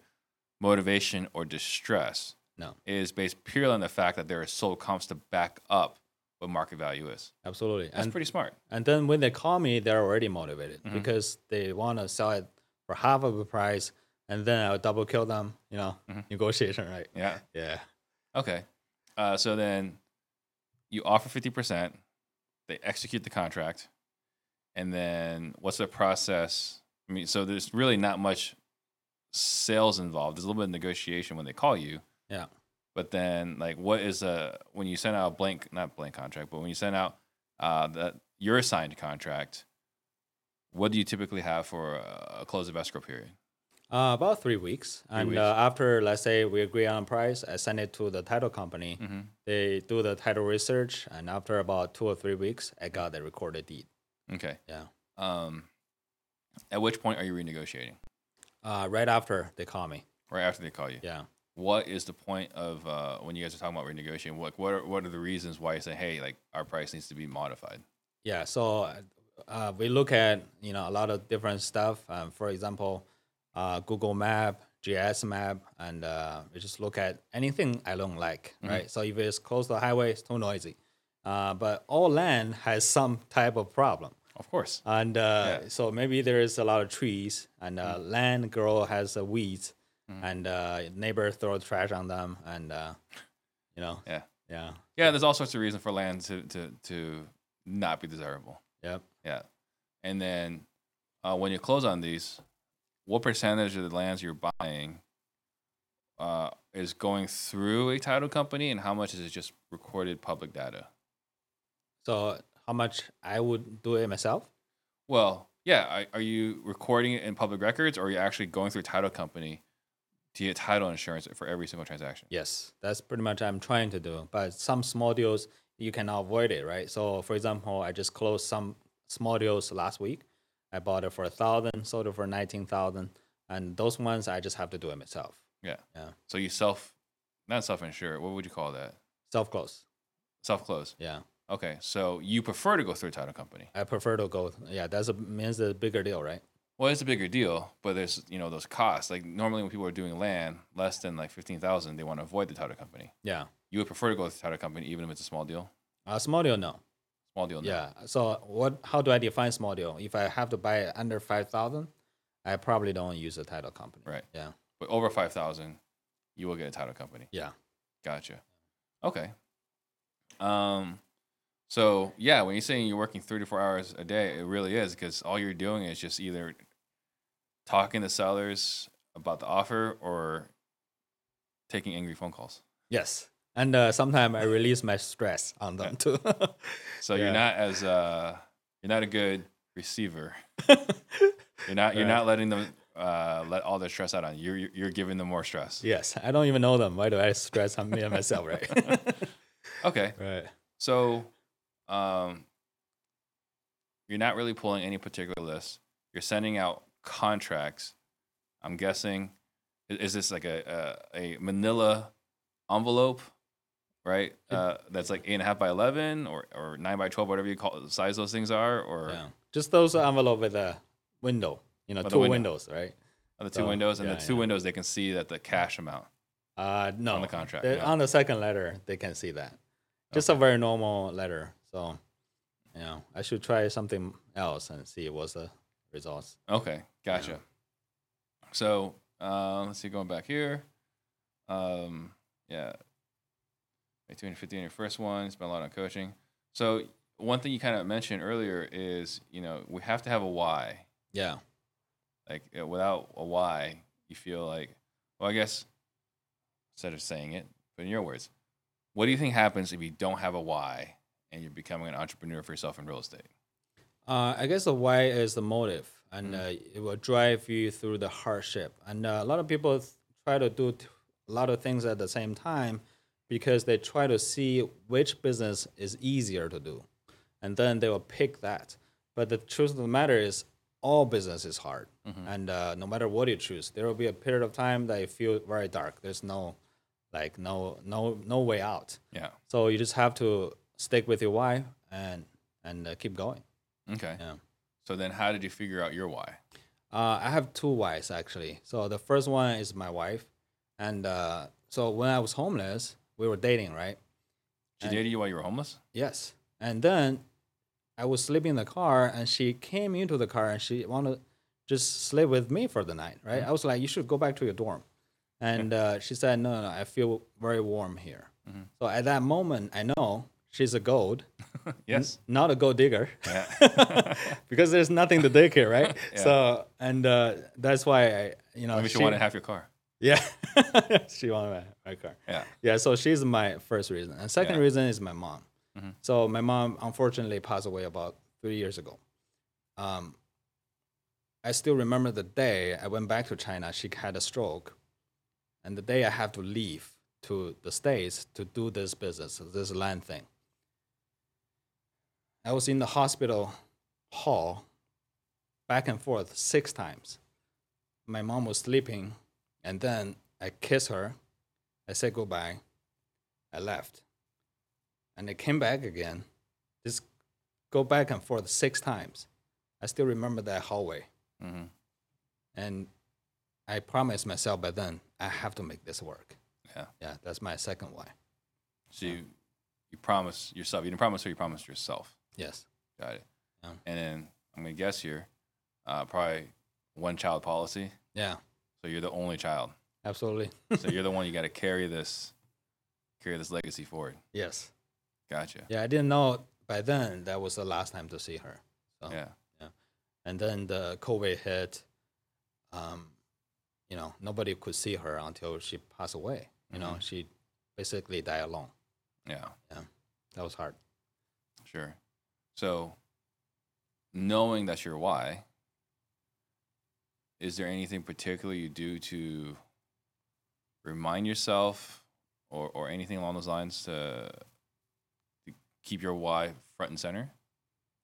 Speaker 2: motivation or distress.
Speaker 3: No.
Speaker 2: It is based purely on the fact that there are sold comps to back up what market value is.
Speaker 3: absolutely
Speaker 2: That's
Speaker 3: and
Speaker 2: pretty smart.
Speaker 3: And then when they call me, they're already motivated
Speaker 2: Mhm.
Speaker 3: because they want to sell it for half of the price, and then I'll double kill them. You know,
Speaker 2: Mhm.
Speaker 3: negotiation, right?
Speaker 2: Yeah.
Speaker 3: Mm-hmm. Yeah,
Speaker 2: Okay. Uh, so then you offer 50%, they execute the contract, and then what's the process? I mean, so there's really not much sales involved. There's a little bit of negotiation when they call you.
Speaker 3: Yeah.
Speaker 2: But then, like, what is a, when you send out a blank, not blank contract, but when you send out uh, the, your assigned contract, what do you typically have for a, a close of escrow period?
Speaker 3: uh, about three weeks. and
Speaker 2: weeks.
Speaker 3: Uh, after, let's say we agree on price, I send it to the title company.
Speaker 2: Mm-hmm.
Speaker 3: They do the title research, and after about two or three weeks, I got the recorded deed.
Speaker 2: Okay.
Speaker 3: Yeah.
Speaker 2: Um, at which point are you renegotiating?
Speaker 3: Uh, right after they call me.
Speaker 2: Right after they call you.
Speaker 3: Yeah.
Speaker 2: what is the point of uh, when you guys are talking about renegotiating? What what are, what are the reasons why you say, hey, like our price needs to be modified?
Speaker 3: Yeah, so uh, we look at you know a lot of different stuff. Um, for example, uh, Google Map, GS Map, and uh, we just look at anything I don't like,
Speaker 2: Mm-hmm.
Speaker 3: right? So if it's close to the highway, it's too noisy. Uh, but all land has some type of problem,
Speaker 2: Of course.
Speaker 3: and uh,
Speaker 2: Yeah. Mm-hmm.
Speaker 3: so maybe there is a lot of trees, and uh, land girl has uh, weeds, and uh, neighbor throws trash on them, and uh, you know,
Speaker 2: Yeah.
Speaker 3: yeah,
Speaker 2: Yeah, there's all sorts of reasons for land to to, to not be desirable.
Speaker 3: yep.
Speaker 2: Yeah. And then uh, when you close on these, what percentage of the lands you're buying uh, is going through a title company and how much is it just recorded public data?
Speaker 3: So how much I would do it myself?
Speaker 2: Well, yeah. Are, are you recording it in public records or are you actually going through a title company to get title insurance for every single transaction?
Speaker 3: Yes, that's pretty much I'm trying to do. But some small deals you can avoid it, right? So for example, I just closed some small deals last week. I bought it for a thousand, sold it for nineteen thousand, and those ones I just have to do it myself.
Speaker 2: Yeah.
Speaker 3: Yeah.
Speaker 2: So you self, not self insure. What would you call that?
Speaker 3: Self close.
Speaker 2: Self close.
Speaker 3: Yeah.
Speaker 2: Okay. So you prefer to go through a title company.
Speaker 3: I prefer to go yeah, that's a means a bigger deal, right?
Speaker 2: Well, it's a bigger deal, but there's you know those costs. Like normally when people are doing land less than like fifteen thousand, they want to avoid the title company.
Speaker 3: Yeah.
Speaker 2: You would prefer to go with the title company even if it's a small deal.
Speaker 3: A small deal no.
Speaker 2: Small deal. now.
Speaker 3: Yeah. So what? How do I define small deal? If I have to buy it under five thousand, I probably don't use a title company.
Speaker 2: Right.
Speaker 3: Yeah.
Speaker 2: But over 5,000, you will get a title company.
Speaker 3: Yeah.
Speaker 2: Gotcha. Okay. Um, so yeah, when you're saying you're working three to four hours a day, it really is because all you're doing is just either talking to sellers about the offer or taking angry phone calls.
Speaker 3: Yes. And uh, sometimes I release my stress on them too.
Speaker 2: So
Speaker 3: Yeah.
Speaker 2: you're not as uh, you're not a good receiver. You're not you're
Speaker 3: Right.
Speaker 2: not letting them uh, let all their stress out on you. You're, you're giving them more stress.
Speaker 3: yes. I don't even know them. Why do I stress on me and myself? Right.
Speaker 2: Okay.
Speaker 3: right.
Speaker 2: So, um, you're not really pulling any particular list. You're sending out contracts. I'm guessing, i- is this like a a, a Manila envelope, right? Uh, that's like eight and a half by eleven or or nine by twelve, whatever you call the size those things are, or
Speaker 3: Yeah. Just those envelope with a window. You know,
Speaker 2: With a
Speaker 3: two
Speaker 2: window.
Speaker 3: windows, right?
Speaker 2: are the two
Speaker 3: So,
Speaker 2: windows. And
Speaker 3: yeah,
Speaker 2: the two
Speaker 3: yeah.
Speaker 2: windows, they can see that the cash amount.
Speaker 3: Uh, no.
Speaker 2: the contract,
Speaker 3: They-
Speaker 2: yeah.
Speaker 3: On the second letter, they can see that. Just a very normal letter. So, you know, I should try something else and see what's the results.
Speaker 2: Okay, gotcha. So uh, let's see, going back here. Um, yeah, make 250 on your first one. Spend a lot on coaching. So one thing you kind of mentioned earlier is you know we have to have a why.
Speaker 3: Yeah.
Speaker 2: Like uh, without a why, you feel like well, I guess instead of saying it, but in your words, what do you think happens if you don't have a why and you're becoming an entrepreneur for yourself in real estate?
Speaker 3: Uh, I guess the why is the motive, and uh, it will drive you through the hardship. And uh, a lot of people th- try to do t- a lot of things at the same time because they try to see which business is easier to do, and then they will pick that. But the truth of the matter is, all business is hard, and uh, no matter what you choose, there will be a period of time that you feel very dark. There's no, like, no, no, no way out.
Speaker 2: Yeah.
Speaker 3: So you just have to stick with your why and and uh, keep going.
Speaker 2: Okay.
Speaker 3: Yeah.
Speaker 2: So then, how did you figure out your why?
Speaker 3: Uh, I have two wives actually. So the first one is my wife, and uh, so when I was homeless, we were dating, right?
Speaker 2: She
Speaker 3: And-
Speaker 2: dated you while you were homeless.
Speaker 3: Yes. And then I was sleeping in the car, and she came into the car, and she wanted to just sleep with me for the night, right? I was like, you should go back to your dorm, and uh, she said, no, no, no, I feel very warm here. So at that moment, I know she's a gold,
Speaker 2: Yes.
Speaker 3: not a gold digger.
Speaker 2: Yeah.
Speaker 3: because there's nothing to take here, right? So and uh, that's why I, you know,
Speaker 2: Maybe she wanted half your car.
Speaker 3: yeah, she wanted my, my car.
Speaker 2: Yeah.
Speaker 3: Yeah, so she's my first reason, and second
Speaker 2: Yeah.
Speaker 3: reason is my mom. So my mom unfortunately passed away about three years ago. Um, I still remember the day I went back to China. She had a stroke, and the day I have to leave to the states to do this business, this land thing. I was in the hospital hall, back and forth six times. My mom was sleeping, and then I kissed her. I said goodbye. I left. And I came back again. Just go back and forth six times. I still remember that hallway.
Speaker 2: hmm
Speaker 3: And I promised myself by then, I have to make this work.
Speaker 2: Yeah.
Speaker 3: Yeah, that's my second why.
Speaker 2: So you, you promise yourself. You didn't promise her. You promised yourself.
Speaker 3: Yes.
Speaker 2: Got it.
Speaker 3: Yeah.
Speaker 2: And then I'm gonna guess here, uh, probably one child policy.
Speaker 3: Yeah,
Speaker 2: So you're the only child.
Speaker 3: absolutely.
Speaker 2: So you're the one you got to carry this, carry this legacy forward.
Speaker 3: Yes.
Speaker 2: Gotcha.
Speaker 3: Yeah, I didn't know by then that was the last time to see her. So,
Speaker 2: Yeah.
Speaker 3: And then the COVID hit. Um, you know, nobody could see her until she passed away. You know, she basically died alone.
Speaker 2: Yeah.
Speaker 3: That was hard.
Speaker 2: Sure. So knowing that's your why, is there anything particular you do to remind yourself or, or anything along those lines to, to keep your why front and center?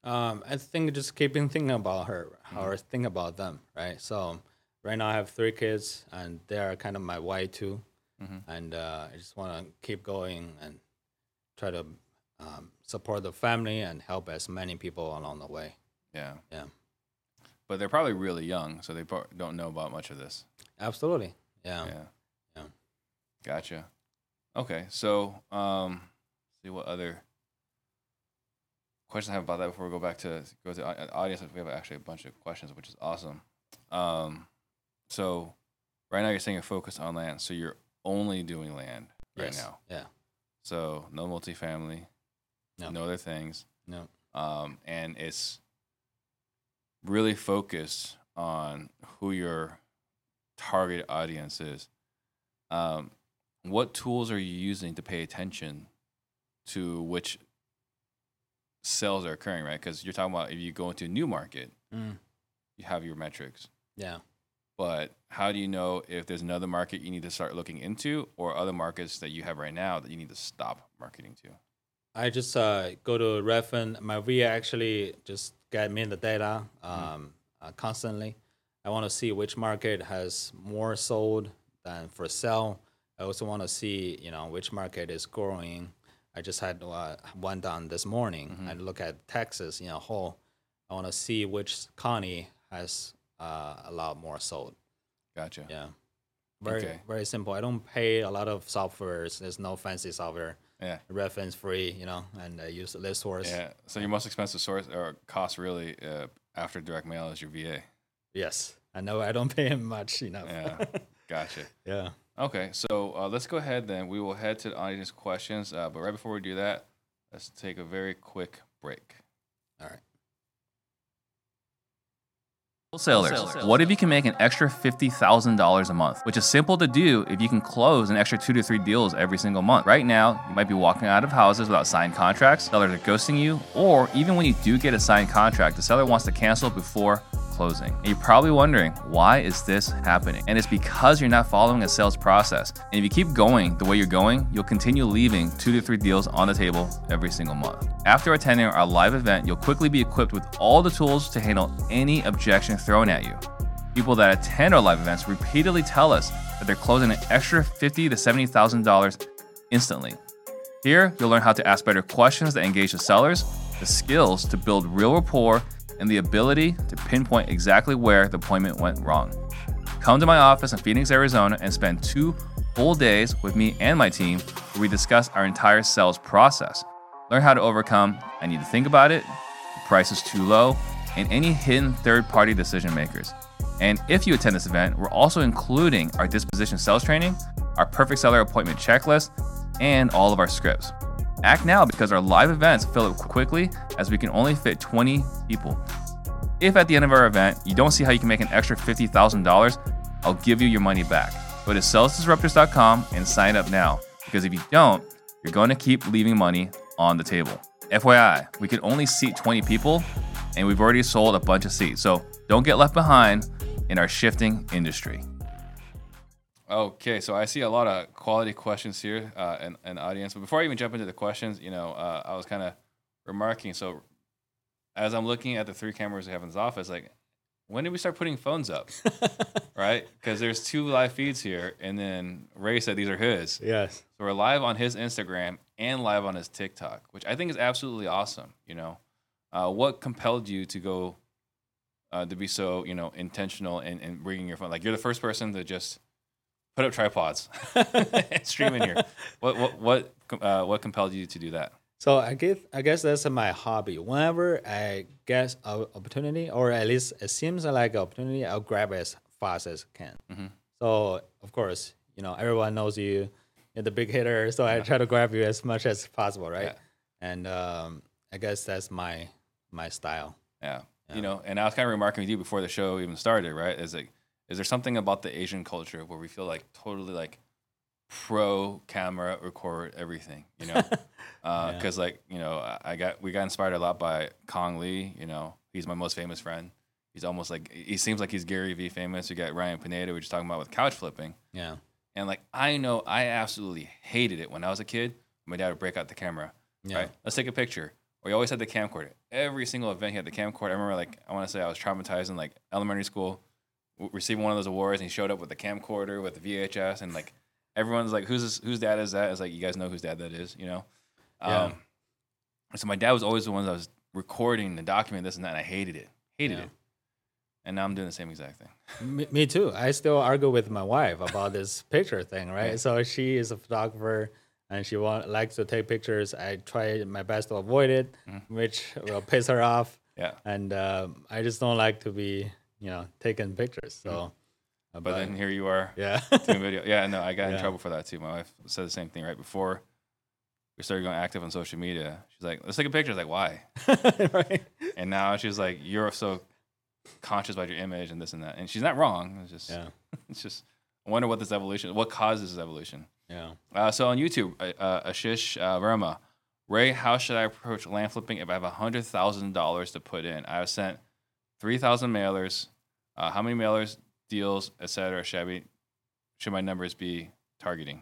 Speaker 3: Um, I think just keeping thinking about her or think about them, right? So right now I have three kids and they are kind of my why too,
Speaker 2: Mhm.
Speaker 3: and uh, I just want to keep going and try to um, support the family and help as many people along the way.
Speaker 2: Yeah.
Speaker 3: Yeah.
Speaker 2: But they're probably really young, so they pro- don't know about much of this.
Speaker 3: Absolutely. Yeah.
Speaker 2: Yeah.
Speaker 3: Yeah.
Speaker 2: Gotcha. Okay. So, um, see what other question I have about that before we go back to go to au- audience. We have actually a bunch of questions, which is awesome. Um, so right now you're saying you're focused on land, so you're only doing land right
Speaker 3: Yes.
Speaker 2: now.
Speaker 3: Yeah.
Speaker 2: So no multifamily,
Speaker 3: No.
Speaker 2: no, no other things,
Speaker 3: No.
Speaker 2: um, and it's really focused on who your target audience is. Um, what tools are you using to pay attention to which sales are occurring, right? Because you're talking about if you go into a new market,
Speaker 3: Mm.
Speaker 2: you have your metrics.
Speaker 3: Yeah.
Speaker 2: But how do you know if there's another market you need to start looking into or other markets that you have right now that you need to stop marketing to?
Speaker 3: I just uh, go to Refin. My VA actually just get me the data um, uh, constantly. I want to see which market has more sold than for sale. I also want to see, you know, which market is growing. I just had uh, one done this morning. I look at Texas in a whole. I want to see which county has uh, a lot more sold.
Speaker 2: Gotcha.
Speaker 3: Yeah. Very,
Speaker 2: Okay.
Speaker 3: very simple. I don't pay a lot of softwares. There's no fancy software
Speaker 2: Yeah.
Speaker 3: reference free, you know, and I use list source.
Speaker 2: Yeah. So your most expensive source or cost really uh, after direct mail is your VA.
Speaker 3: Yes. I know I don't pay him much enough.
Speaker 2: Yeah. gotcha.
Speaker 3: yeah.
Speaker 2: Okay, so uh, let's go ahead then. We will head to the audience questions, uh, but right before we do that, let's take a very quick break.
Speaker 3: All right.
Speaker 2: Wholesalers, what if you can make an extra $50,000 a month? Which is simple to do if you can close an extra two to three deals every single month. Right now, you might be walking out of houses without signed contracts, sellers are ghosting you, or even when you do get a signed contract, the seller wants to cancel before closing. And you're probably wondering, why is this happening? And it's because you're not following a sales process. And if you keep going the way you're going, you'll continue leaving two to three deals on the table every single month. After attending our live event, you'll quickly be equipped with all the tools to handle any objection thrown at you. People that attend our live events repeatedly tell us that they're closing an extra fifty to seventy thousand dollars instantly. Here, you'll learn how to ask better questions that engage the sellers, the skills to build real rapport, and the ability to pinpoint exactly where the appointment went wrong. Come to my office in Phoenix, Arizona, and spend two full days with me and my team where we discuss our entire sales process. Learn how to overcome I need to think about it, the price is too low, and any hidden third party decision makers. And if you attend this event, we're also including our disposition sales training, our perfect seller appointment checklist, and all of our scripts. Act now because our live events fill up quickly as we can only fit 20 people. If at the end of our event you don't see how you can make an extra $50,000, I'll give you your money back. Go to salesdisruptors.com and sign up now because if you don't, you're going to keep leaving money on the table. FYI, we can only seat 20 people and we've already sold a bunch of seats. So don't get left behind in our shifting industry. Okay, so I see a lot of quality questions here uh, and, and audience. But before I even jump into the questions, you know, uh, I was kind of remarking. So as I'm looking at the three cameras we have in this office, like, when did we start putting phones up? right? Because there's two live feeds here, and then Ray said these are his.
Speaker 3: Yes.
Speaker 2: So we're live on his Instagram and live on his TikTok, which I think is absolutely awesome. You know, uh, what compelled you to go uh, to be so you know intentional and in, in bringing your phone? Like you're the first person to just put up tripods and stream in here. What what what uh, what compelled you to do that?
Speaker 3: So I guess I guess that's my hobby. Whenever I get an opportunity, or at least it seems like an opportunity, I'll grab it as fast as I can.
Speaker 2: Mm-hmm.
Speaker 3: So of course, you know everyone knows you, you're the big hitter. So I try to grab you as much as possible, right?
Speaker 2: Yeah.
Speaker 3: And um, I guess that's my my style.
Speaker 2: Yeah.
Speaker 3: Yeah.
Speaker 2: You know, and I was kind of remarking with you before the show even started, right? Is like, is there something about the Asian culture where we feel like totally like pro camera record everything, you know? Uh, Because like you know, I- I got we got inspired a lot by Kong Lee. You know, he's my most famous friend. He's almost like he seems like he's Gary Vee famous. We got Ryan Pineda. We We're just talking about with couch flipping.
Speaker 3: Yeah.
Speaker 2: And like I know I absolutely hated it when I was a kid. My dad would break out the camera.
Speaker 3: Yeah.
Speaker 2: Right? Let's take a picture. Or he always had the camcorder. Every single event he had the camcorder. I remember like I want to say I was traumatized in like elementary school, w- receiving one of those awards, and he showed up with the camcorder with the VHS, and like everyone's like, "Who's this, whose dad is that?" It's like you guys know whose dad that is, you know.
Speaker 3: Yeah.
Speaker 2: Um, so my dad was always the one that was recording and documenting this and that, and I hated it, hated
Speaker 3: Yeah.
Speaker 2: it. And now I'm doing the same exact thing.
Speaker 3: Me, me too. I still argue with my wife about this picture thing, right? So she is a photographer. and she want, likes to take pictures. I try my best to avoid it, which will piss her off.
Speaker 2: Mm. Yeah.
Speaker 3: And um, I just don't like to be, you know, taking pictures. So, uh,
Speaker 2: Mm. But then here you are
Speaker 3: yeah,
Speaker 2: doing video. Yeah, no, I got in
Speaker 3: Yeah.
Speaker 2: trouble for that too. My wife said the same thing right before we started going active on social media. She's like, let's take a picture. I was like, why?
Speaker 3: right?
Speaker 2: And now she's like, you're so conscious about your image and this and that. And she's not wrong. It's just,
Speaker 3: Yeah,
Speaker 2: it's just, I wonder what this evolution, what causes this evolution.
Speaker 3: yeah.
Speaker 2: Uh, so on YouTube, uh, uh, Ashish uh, Verma, Ray, how should I approach land flipping if I have hundred thousand dollars to put in? I've sent three thousand mailers. Uh, how many mailers, deals, etc. Should I be, should my numbers be targeting?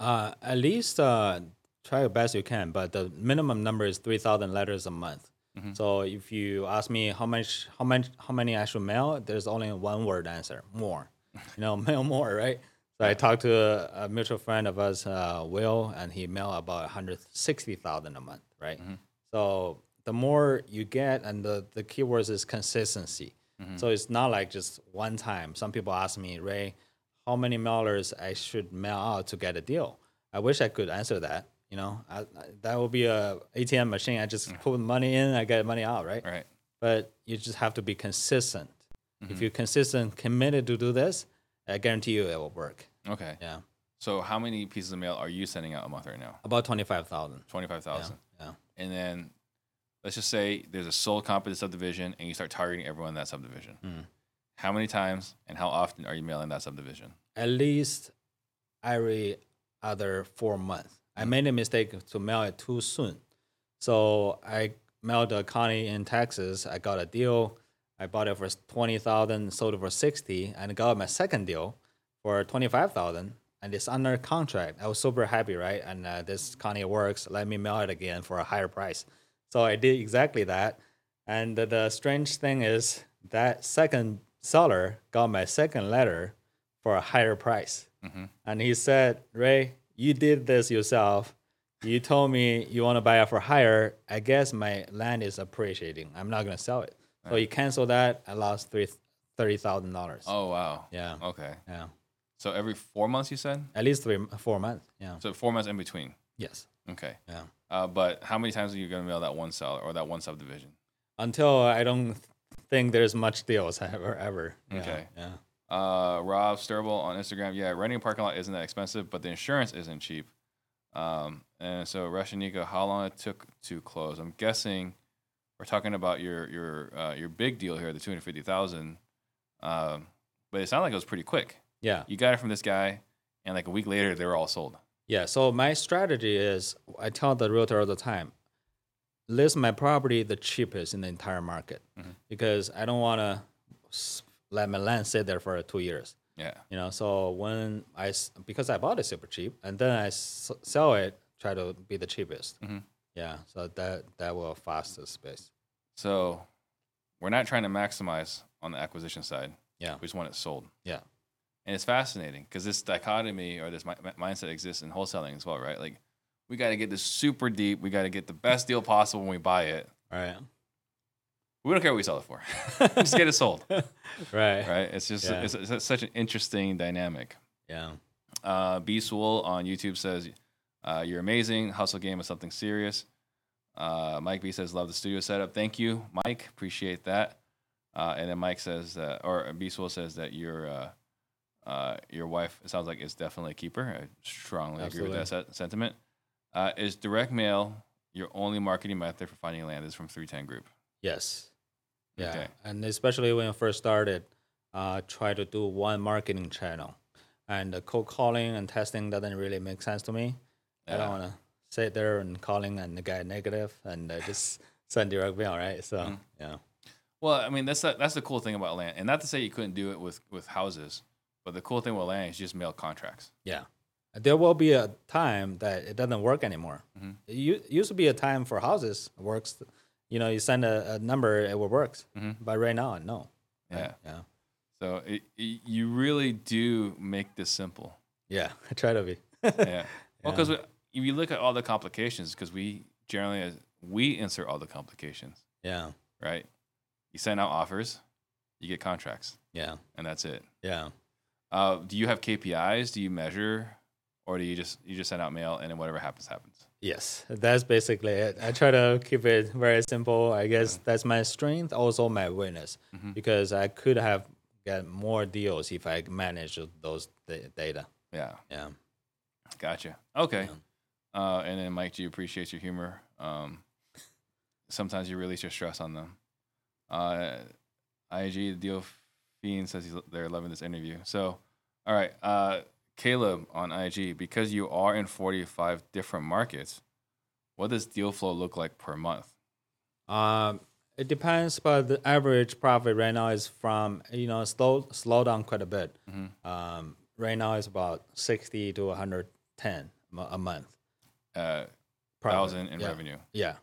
Speaker 3: Uh, at least uh, try your best you can, but the minimum number is three thousand letters a month. So if you ask me how much, how much, how many I should mail, there's only one word answer: more. You know, mail more, right? So I talked to a, a mutual friend of us, uh, Will, and he mail about one hundred sixty thousand a month, right? So the more you get, and the the keywords is consistency. So it's not like just one time. Some people ask me, Ray, how many mailers I should mail out to get a deal? I wish I could answer that. You know, I, I, that would be a ATM machine. I just put money in, I get money out, right?
Speaker 2: All right.
Speaker 3: But you just have to be consistent. If you're consistent, committed to do this, I guarantee you it will work.
Speaker 2: Okay.
Speaker 3: Yeah,
Speaker 2: So how many pieces of mail are you sending out a month right now?
Speaker 3: about twenty five thousand.
Speaker 2: Twenty five thousand.
Speaker 3: Yeah,
Speaker 2: And then let's just say there's a sole competent subdivision, and you start targeting everyone in that subdivision.
Speaker 3: Hmm.
Speaker 2: How many times and how often are you mailing that subdivision?
Speaker 3: at least every other four months. I made a mistake to mail it too soon. So I mailed a county in Texas. I got a deal. I bought it for twenty thousand, sold it for sixty, and got my second deal for twenty five thousand. And it's under contract. I was super happy, right? And uh, this county works. Let me mail it again for a higher price. So I did exactly that. And the, the strange thing is that second seller got my second letter for a higher price. And he said, Ray, you did this yourself. You told me you want to buy it for higher. I guess my land is appreciating. I'm not going to sell it. So you cancel that. I lost three, $30,000.
Speaker 2: Oh wow.
Speaker 3: Yeah.
Speaker 2: Okay.
Speaker 3: Yeah.
Speaker 2: So every four months, you said.
Speaker 3: At least three, four months. Yeah.
Speaker 2: So four months in between.
Speaker 3: Yes.
Speaker 2: Okay.
Speaker 3: Yeah.
Speaker 2: Uh, but how many times are you going to mail that one seller or that one subdivision?
Speaker 3: Until I don't think there's much deals ever, ever. Yeah.
Speaker 2: Okay.
Speaker 3: Yeah.
Speaker 2: Uh, Rob Sturble on Instagram. Yeah, renting a parking lot isn't that expensive, but the insurance isn't cheap. Um, and so, Rush and Nico, how long it took to close? I'm guessing we're talking about your your uh, your big deal here, the two hundred fifty thousand. Um, but it sounded like it was pretty quick.
Speaker 3: Yeah.
Speaker 2: You got it from this guy, and like a week later, they were all sold.
Speaker 3: Yeah. So my strategy is I tell the realtor all the time, list my property the cheapest in the entire market because I don't want to let my land sit there for two years.
Speaker 2: Yeah.
Speaker 3: You know, so when I s- because I bought it super cheap and then I s- sell it, try to be the cheapest.
Speaker 2: Mhm.
Speaker 3: Yeah. So that that will fastest space.
Speaker 2: So we're not trying to maximize on the acquisition side.
Speaker 3: Yeah.
Speaker 2: We just want it sold.
Speaker 3: Yeah.
Speaker 2: And it's fascinating because this dichotomy or this mi- mi- mindset exists in wholesaling as well, right? Like, we got to get this super deep. We got to get the best deal possible when we buy it.
Speaker 3: All right.
Speaker 2: We don't care what we sell it for. just get it sold,
Speaker 3: Right.
Speaker 2: right? It's just
Speaker 3: Yeah.
Speaker 2: it's, it's such an interesting dynamic.
Speaker 3: Yeah.
Speaker 2: Uh, B Sewell on YouTube says, uh, "You're amazing. Hustle game is something serious." Uh, Mike B says, "Love the studio setup. Thank you, Mike. Appreciate that." Uh, and then Mike says, uh, or B Sewell says that your uh, uh, your wife it sounds like is definitely a keeper. I strongly agree with that se- sentiment. Uh, is direct mail your only marketing method for finding land? This is from 310 Group.
Speaker 3: Yes. Yeah.
Speaker 2: Okay.
Speaker 3: And especially when I first started, uh, try to do one marketing channel. And the cold calling and testing doesn't really make sense to me. I
Speaker 2: Yeah.
Speaker 3: don't want to sit there and calling and the guy negative and I just send direct mail, right? So,
Speaker 2: Mm-hmm.
Speaker 3: yeah.
Speaker 2: Well, I mean that's the, that's the cool thing about land, and not to say you couldn't do it with with houses, but the cool thing with land is you just mail contracts.
Speaker 3: Yeah. There will be a time that it doesn't work anymore.
Speaker 2: Mm-hmm.
Speaker 3: It u- used to be a time for houses works. You know, you send a, a number, it will works. But right now, no.
Speaker 2: Mm-hmm. Yeah.
Speaker 3: Yeah.
Speaker 2: So it, it, you really do make this simple.
Speaker 3: Yeah. I try to be.
Speaker 2: Yeah. Well, because if you look at all the complications, because we generally as- we insert all the complications,
Speaker 3: yeah.
Speaker 2: right? You send out offers, you get contracts,
Speaker 3: Yeah.
Speaker 2: and that's it.
Speaker 3: Yeah.
Speaker 2: Uh, do you have KPIs? Do you measure, or do you just you just send out mail and then whatever happens happens?
Speaker 3: Yes, that's basically it. I try to keep it very simple. I guess
Speaker 2: Mm-hmm.
Speaker 3: that's my strength, also my weakness, because I could have get more deals if I manage those da- data.
Speaker 2: Yeah,
Speaker 3: Yeah.
Speaker 2: gotcha. Okay. Uh, and then Mike G appreciates your humor. Um, sometimes you release your stress on them. Uh, IG the deal fiend says he's, they're loving this interview. So, all right, uh, Caleb on IG because you are in forty five different markets. What does deal flow look like per month?
Speaker 3: Um, it depends, but the average profit right now is from you know slow slow down quite a bit.
Speaker 2: Mm-hmm.
Speaker 3: Um, right now it's about sixty to one hundred ten a month.
Speaker 2: Uh,
Speaker 3: profit.
Speaker 2: thousand in
Speaker 3: yeah.
Speaker 2: revenue.
Speaker 3: Yeah,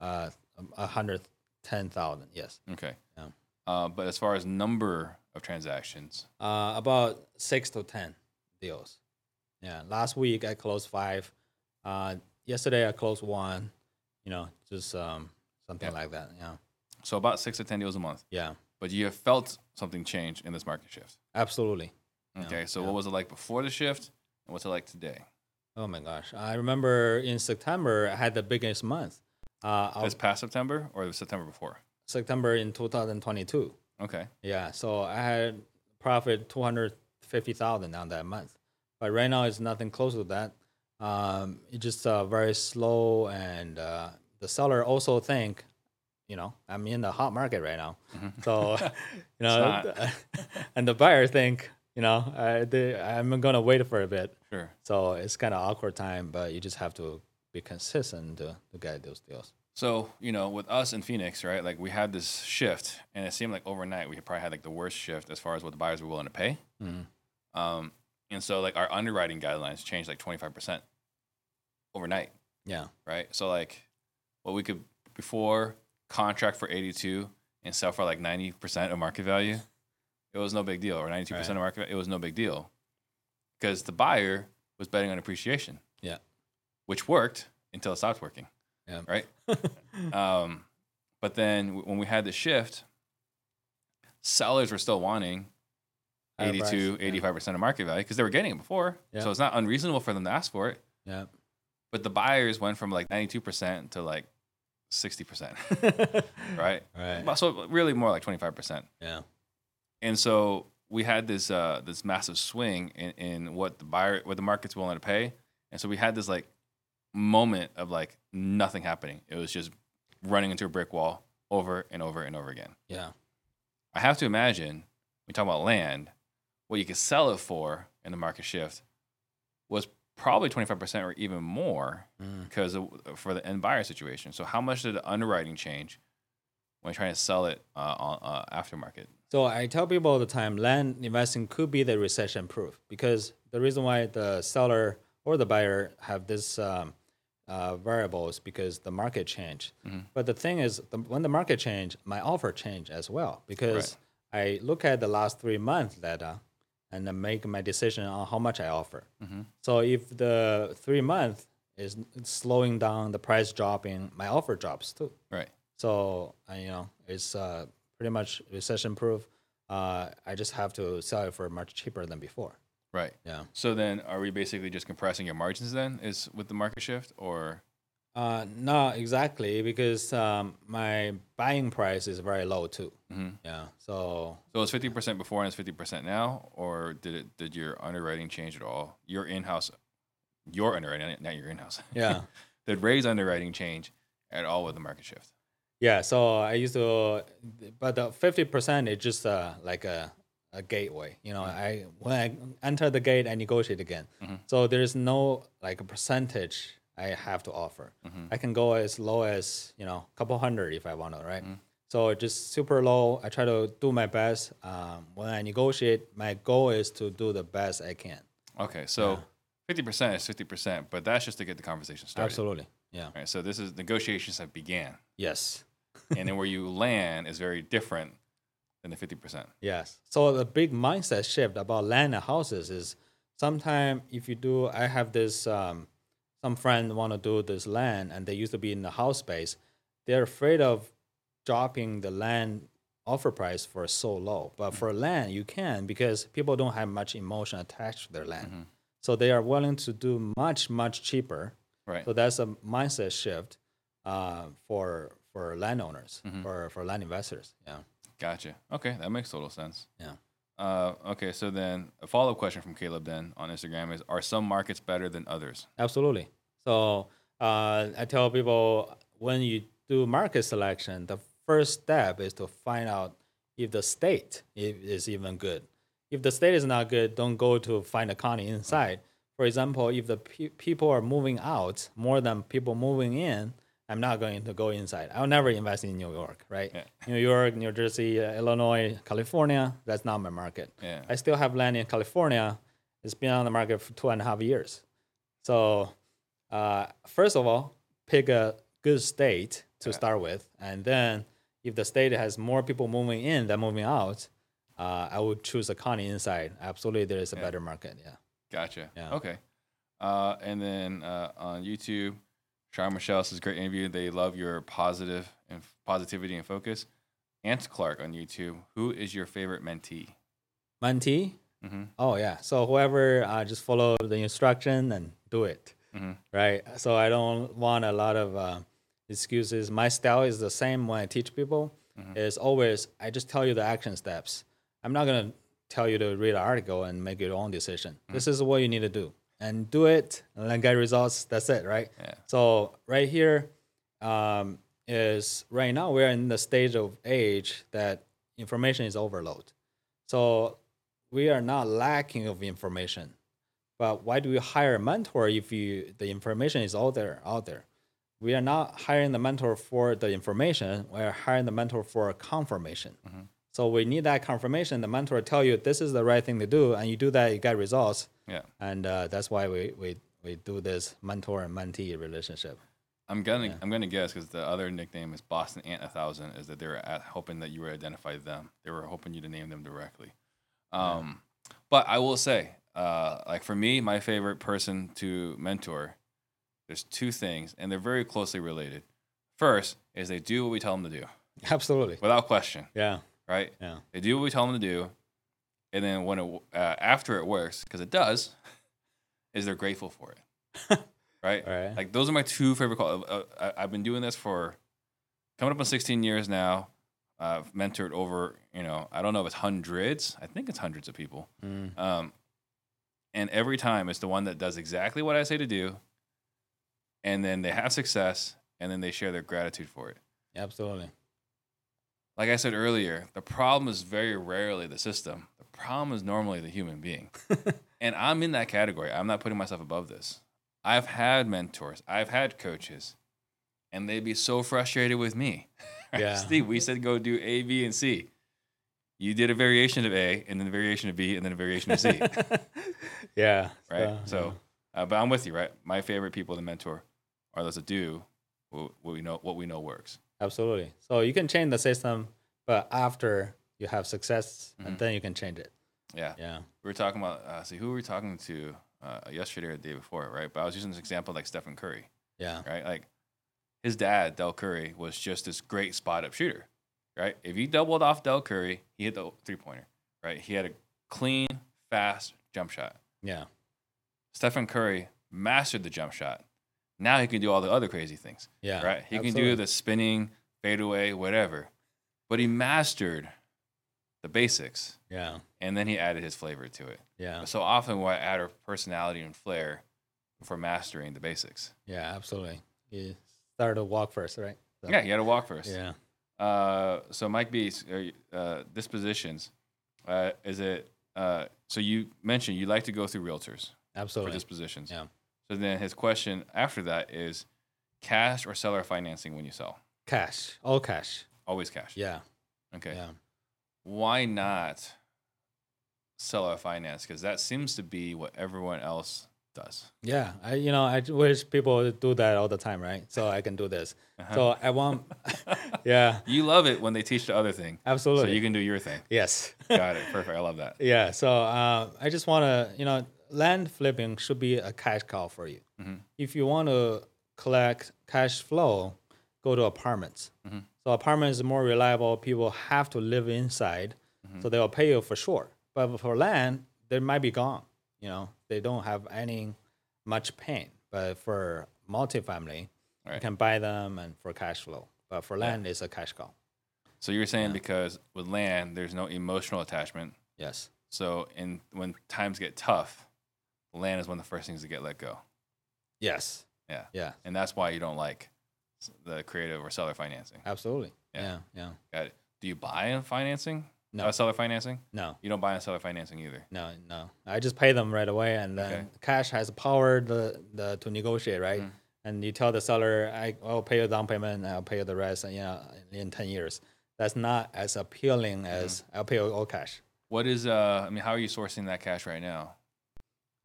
Speaker 3: uh, a hundred ten thousand. Yes.
Speaker 2: Okay.
Speaker 3: Yeah.
Speaker 2: Uh, but as far as number of transactions,
Speaker 3: Uh, about six to ten deals. Yeah. Last week I closed five. Uh, yesterday I closed one. You know, just um something
Speaker 2: Yeah.
Speaker 3: like that. Yeah.
Speaker 2: so about six to ten deals a month.
Speaker 3: Yeah.
Speaker 2: But you have felt something change in this market shift.
Speaker 3: Absolutely.
Speaker 2: Okay. so what was it like before the shift, and what's it like today?
Speaker 3: Oh my gosh! I remember in September I had the biggest month. Uh,
Speaker 2: This
Speaker 3: of
Speaker 2: past September or the September before?
Speaker 3: September in 2022.
Speaker 2: Okay.
Speaker 3: Yeah, so I had profit 250,000 on that month, but right now it's nothing close to that. Um, it's just uh, very slow, and uh, the seller also think, you know, I'm in the hot market right now, so you know, and the buyer think, you know, I, they, I'm gonna wait for a bit.
Speaker 2: Sure.
Speaker 3: So it's kind of awkward time, but you just have to be consistent to, to get those deals.
Speaker 2: So you know, with us in Phoenix, right? Like we had this shift, and it seemed like overnight we probably had like the worst shift as far as what the buyers were willing to pay. Um, and so like our underwriting guidelines changed like twenty five percent overnight.
Speaker 3: Yeah,
Speaker 2: right? So like, what we could before contract for eighty two and sell for like ninety percent of market value, it was no big deal, or ninety two percent of market, value, it was no big deal, because the buyer was betting on appreciation,
Speaker 3: yeah,
Speaker 2: which worked until it stopped working,
Speaker 3: Yeah.
Speaker 2: right? um, but then w- when we had the shift, sellers were still wanting.
Speaker 3: Higher price,
Speaker 2: 82,
Speaker 3: yeah.
Speaker 2: 85% of market value because they were getting it before.
Speaker 3: Yeah.
Speaker 2: So it's not unreasonable for them to ask for it
Speaker 3: yeah.
Speaker 2: but the buyers went from like 92% to like 60%, right?
Speaker 3: Right.
Speaker 2: Well, So really more like 25%.
Speaker 3: Yeah.
Speaker 2: And so we had this uh, this massive swing in, in what the buyer what the market's willing to pay. And so we had this like moment of like nothing happening. It was just running into a brick wall over and over and over again.
Speaker 3: Yeah.
Speaker 2: I have to imagine we talk about land, what you could sell it for in the market shift was probably 25% or even more because of, for the end buyer situation. So how much did the underwriting change when trying to sell it uh, on uh, aftermarket?
Speaker 3: So I tell people all the time, land investing could be the recession proof because the reason why the seller or the buyer have this um, uh, variables because the market changed. But the thing is, the, when the market changed, my offer changed as well because I look at the last three months data and then make my decision on how much I offer. So if the three month is slowing down, the price dropping, my offer drops too.
Speaker 2: Right.
Speaker 3: So uh, you know, it's uh, pretty much recession proof. Uh, I just have to sell it for much cheaper than before.
Speaker 2: Right.
Speaker 3: Yeah.
Speaker 2: So then are we basically just compressing your margins then is with the market shift or
Speaker 3: Uh, not exactly because um, my buying price is very low too. Yeah. So
Speaker 2: so it's 50% before and it's 50% now or did it did your underwriting change at all? Your in-house your underwriting not your in-house.
Speaker 3: yeah,
Speaker 2: Did Ray's underwriting change at all with the market shift?
Speaker 3: yeah. So I used to, but the fifty percent is just uh, like a a gateway. You know, I when I enter the gate, I negotiate again. So there is no like a percentage I have to offer. I can go as low as you know, couple hundred if I want to, right? So it's just super low. I try to do my best. Um, when I negotiate, my goal is to do the best I can.
Speaker 2: Okay, so fifty percent is fifty percent, but that's just to get the conversation started.
Speaker 3: Absolutely. Yeah.
Speaker 2: All right, so this is negotiations have began,
Speaker 3: Yes.
Speaker 2: and then where you land is very different than the fifty percent.
Speaker 3: Yes. So the big mindset shift about land and houses is sometimes if you do, I have this um, some friend want to do this land and they used to be in the house space, they're afraid of dropping the land offer price for so low. But for land, you can because people don't have much emotion attached to their land. So they are willing to do much, much cheaper.
Speaker 2: Right.
Speaker 3: So that's a mindset shift uh, for for landowners, for, for land investors. Yeah.
Speaker 2: Gotcha. Okay, that makes total sense.
Speaker 3: Yeah.
Speaker 2: Uh, okay, so then a follow up question from Caleb then on Instagram is: Are some markets better than others?
Speaker 3: Absolutely. So uh, I tell people when you do market selection, the first step is to find out if the state i- is even good. If the state is not good, don't go to find a county inside. For example, if the pe- people are moving out more than people moving in, I'm not going to go inside. I'll never invest in New York, right?
Speaker 2: Yeah.
Speaker 3: New York, New Jersey, uh, Illinois, California, that's not my market.
Speaker 2: Yeah.
Speaker 3: I still have land in California. It's been on the market for two and a half years. So, uh, first of all, pick a good state to start with, and then if the state has more people moving in than moving out, uh, I would choose a county inside. Absolutely, there is a better market. Yeah.
Speaker 2: Gotcha.
Speaker 3: Yeah.
Speaker 2: Okay. Uh, and then uh, on YouTube, Sharon Michelle says great interview. They love your positive and positivity and focus. Ant Clark on YouTube. Who is your favorite mentee?
Speaker 3: Mantee?
Speaker 2: Mhm.
Speaker 3: Oh yeah. So whoever uh, just follow the instruction and do it,
Speaker 2: Mhm.
Speaker 3: right? So I don't want a lot of uh, excuses. My style is the same when I teach people. It's always I just tell you the action steps. I'm not gonna tell you to read an article and make your own decision. This is what you need to do and do it and then get results. That's it, right?
Speaker 2: Yeah.
Speaker 3: So right here um, is right now we're in the stage of age that information is overload. So we are not lacking of information. But why do you hire a mentor if you the information is out there out there? We are not hiring the mentor for the information. We are hiring the mentor for confirmation.
Speaker 2: Mm-hmm.
Speaker 3: So we need that confirmation. The mentor tell you this is the right thing to do, and you do that, you get results.
Speaker 2: Yeah.
Speaker 3: And uh, that's why we, we we do this mentor and mentee relationship.
Speaker 2: I'm gonna I'm gonna guess because the other nickname is Boston Ant a thousand is that they were at, hoping that you would identify them. They were hoping you to name them directly. Um, But I will say, uh, like for me, my favorite person to mentor, there's two things, and they're very closely related. First is they do what we tell them to do
Speaker 3: Absolutely.
Speaker 2: without question,
Speaker 3: Yeah.
Speaker 2: right?
Speaker 3: Yeah.
Speaker 2: They do what we tell them to do, and then when it w- uh, after it works, because it does, is they're grateful for it, right?
Speaker 3: All right.
Speaker 2: Like those are my two favorite calls. Uh, uh, I, I've been doing this for coming up on 16 years now. I've mentored over, you know, I don't know if it's hundreds. I think it's hundreds of people.
Speaker 3: Mm.
Speaker 2: Um, and every time it's the one that does exactly what I say to do, and then they have success, and then they share their gratitude for it.
Speaker 3: Absolutely.
Speaker 2: Like I said earlier, the problem is very rarely the system. The problem is normally the human being. and I'm in that category. I'm not putting myself above this. I've had mentors, I've had coaches, and they'd be so frustrated with me.
Speaker 3: Yeah.
Speaker 2: Steve, we said go do A, B, and C. You did a variation of A, and then a variation of B, and then a variation of C.
Speaker 3: Yeah.
Speaker 2: right? So, uh, but I'm with you, right? My favorite people to mentor are those that do what what we know what we know works.
Speaker 3: Absolutely. So you can change the system, but after you have success, and then you can change it.
Speaker 2: Mm-hmm. Yeah.
Speaker 3: Yeah.
Speaker 2: we were talking about uh, see who were we talking to uh, yesterday or the day before, right? But I was using this example like Stephen Curry,
Speaker 3: Yeah.
Speaker 2: right? Like his dad, Del Curry, was just this great spot up shooter, right? If you doubled off Del Curry, he hit the three pointer, right? He had a clean, fast jump shot.
Speaker 3: Yeah.
Speaker 2: Stephen Curry mastered the jump shot. Now he can do all the other crazy things,
Speaker 3: Yeah.
Speaker 2: right? He can do
Speaker 3: absolutely.
Speaker 2: the spinning, fadeaway, whatever. But he mastered the basics,
Speaker 3: Yeah.
Speaker 2: and then he added his flavor to it.
Speaker 3: Yeah.
Speaker 2: So often we add our personality and flair before mastering the basics.
Speaker 3: Yeah. Absolutely. You start to walk first, right? So,
Speaker 2: Yeah, you got to walk first.
Speaker 3: Yeah.
Speaker 2: Uh, so Mike B, are you- uh, dispositions, uh, is it? Uh, so you mentioned you like to go through realtors for
Speaker 3: Absolutely.
Speaker 2: dispositions.
Speaker 3: Yeah.
Speaker 2: So then his question after that is, cash or seller financing when you sell?
Speaker 3: Cash. All cash.
Speaker 2: Always cash.
Speaker 3: Yeah.
Speaker 2: Okay.
Speaker 3: Yeah.
Speaker 2: Why not seller finance? Because that seems to be what everyone else does.
Speaker 3: Yeah, I you know I j- wish people would do that all the time, right? So I can do this.
Speaker 2: Uh-huh.
Speaker 3: So I want, yeah,
Speaker 2: You love it when they teach the other thing.
Speaker 3: absolutely.
Speaker 2: So you can do your thing.
Speaker 3: yes,
Speaker 2: Got it. Perfect. I love that.
Speaker 3: yeah. So uh, I just want to you know land flipping should be a cash cow for you.
Speaker 2: Mm-hmm.
Speaker 3: If you want to collect cash flow, go to apartments.
Speaker 2: Mm-hmm.
Speaker 3: So apartments is more reliable. People have
Speaker 2: Mm-hmm.
Speaker 3: to live inside, so they will pay you for sure. But for land, they might be gone. You know, they don't have any much pain. But for multifamily, you
Speaker 2: Right.
Speaker 3: can buy them and for cash flow. But for land, it's a cash cow.
Speaker 2: So you're saying because with land, there's no emotional attachment.
Speaker 3: Yes.
Speaker 2: So in when times get tough, land is one of the first things to get let go.
Speaker 3: Yes.
Speaker 2: Yeah.
Speaker 3: Yeah.
Speaker 2: And that's why you don't like s- the creative or seller financing.
Speaker 3: Absolutely.
Speaker 2: Yeah.
Speaker 3: Yeah. Yeah.
Speaker 2: Got it. Do you buy in financing?
Speaker 3: No.
Speaker 2: Uh, seller financing?
Speaker 3: No.
Speaker 2: You don't buy in seller financing either.
Speaker 3: No, no. I just pay them right away, and then
Speaker 2: Okay. Mm.
Speaker 3: cash has power the, the to negotiate, right? And you tell the seller, I, "I'll pay you down payment, and I'll pay you the rest, you know, in ten years." That's not as
Speaker 2: Mm.
Speaker 3: appealing as I'll pay you all cash.
Speaker 2: What is uh I mean, how are you sourcing that cash right now?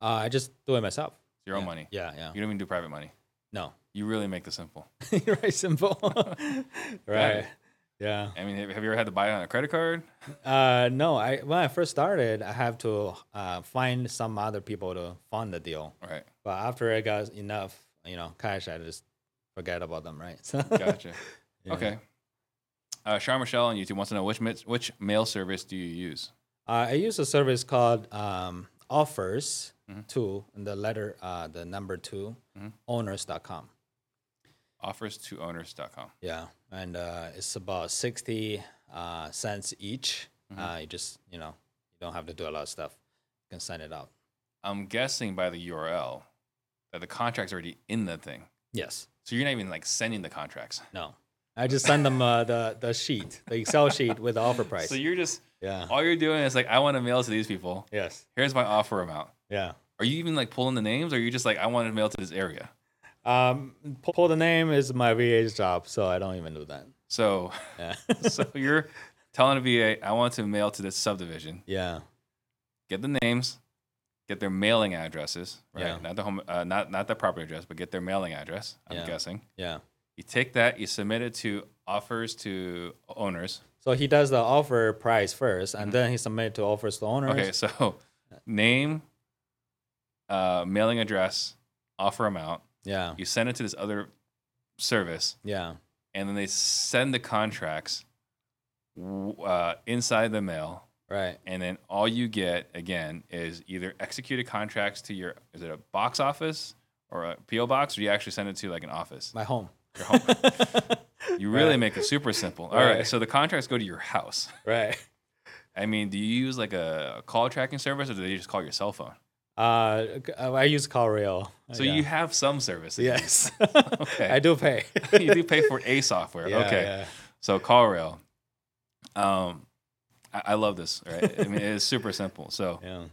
Speaker 3: Uh, I just do it myself.
Speaker 2: It's your own
Speaker 3: Yeah.
Speaker 2: money.
Speaker 3: Yeah, yeah.
Speaker 2: You don't even do private money.
Speaker 3: No,
Speaker 2: You really make this simple.
Speaker 3: right, simple. right. Yeah.
Speaker 2: I mean, have have you ever had to buy it on a credit card?
Speaker 3: Uh, no, I when I first started, I have to uh, find some other people to fund the deal.
Speaker 2: All right.
Speaker 3: But after I got enough, you know, cash, I just forget about them, right? So,
Speaker 2: Gotcha. Okay. Uh, Char Michelle on YouTube wants to know which mit- which mail service do you use?
Speaker 3: Uh, I use a service called um, Offers
Speaker 2: Mm-hmm.
Speaker 3: Two, and the letter, uh, the number 2 owners.com.
Speaker 2: Offers to owners.com.
Speaker 3: Yeah, and uh, it's about sixty uh, cents each.
Speaker 2: Mm-hmm.
Speaker 3: Uh, you just you know you don't have to do a lot of stuff. You can send it out.
Speaker 2: I'm guessing by the URL that the contract's already in the thing.
Speaker 3: Yes.
Speaker 2: So you're not even like sending the contracts.
Speaker 3: No. I just send them uh, the the sheet, the Excel sheet with the offer price.
Speaker 2: So you're just
Speaker 3: yeah.
Speaker 2: all you're doing is like I want to mail to these people.
Speaker 3: Yes.
Speaker 2: Here's my offer amount.
Speaker 3: Yeah.
Speaker 2: Are you even like pulling the names or are you just like I want to mail to this area?
Speaker 3: Um, pu- pull the name is my VA's job, so I don't even do that.
Speaker 2: So
Speaker 3: Yeah.
Speaker 2: so you're telling a VA I want to mail to this subdivision.
Speaker 3: yeah.
Speaker 2: Get the names, get their mailing addresses, right?
Speaker 3: Yeah.
Speaker 2: Not the home uh, not not the property address, but get their mailing address, I'm
Speaker 3: Yeah.
Speaker 2: guessing.
Speaker 3: Yeah.
Speaker 2: You take that, you submit it to offers to owners.
Speaker 3: So he does the offer price first, and then he submit to offers to owners.
Speaker 2: Mm-hmm. Okay, so name, uh, mailing address, offer amount.
Speaker 3: Yeah.
Speaker 2: You send it to this other service,
Speaker 3: Yeah.
Speaker 2: and then they send the contracts w- uh, inside the mail.
Speaker 3: Right.
Speaker 2: And then all you get again is either executed contracts to your is it a box office or a PO box, or you actually send it to like an office.
Speaker 3: My home.
Speaker 2: Your home. you really
Speaker 3: Right.
Speaker 2: make it super simple. All right,
Speaker 3: Right.
Speaker 2: so the contracts go to your house.
Speaker 3: Right.
Speaker 2: I mean, do you use like a call tracking service, or do they just call your cell phone?
Speaker 3: Uh, g- uh, I use CallRail.
Speaker 2: So
Speaker 3: Yeah.
Speaker 2: you have some services.
Speaker 3: yes,
Speaker 2: Okay.
Speaker 3: I do pay.
Speaker 2: you do pay for a software.
Speaker 3: Yeah,
Speaker 2: okay.
Speaker 3: yeah.
Speaker 2: So CallRail. Um, I, I love this. Right. I mean, it's super simple. So
Speaker 3: Yeah.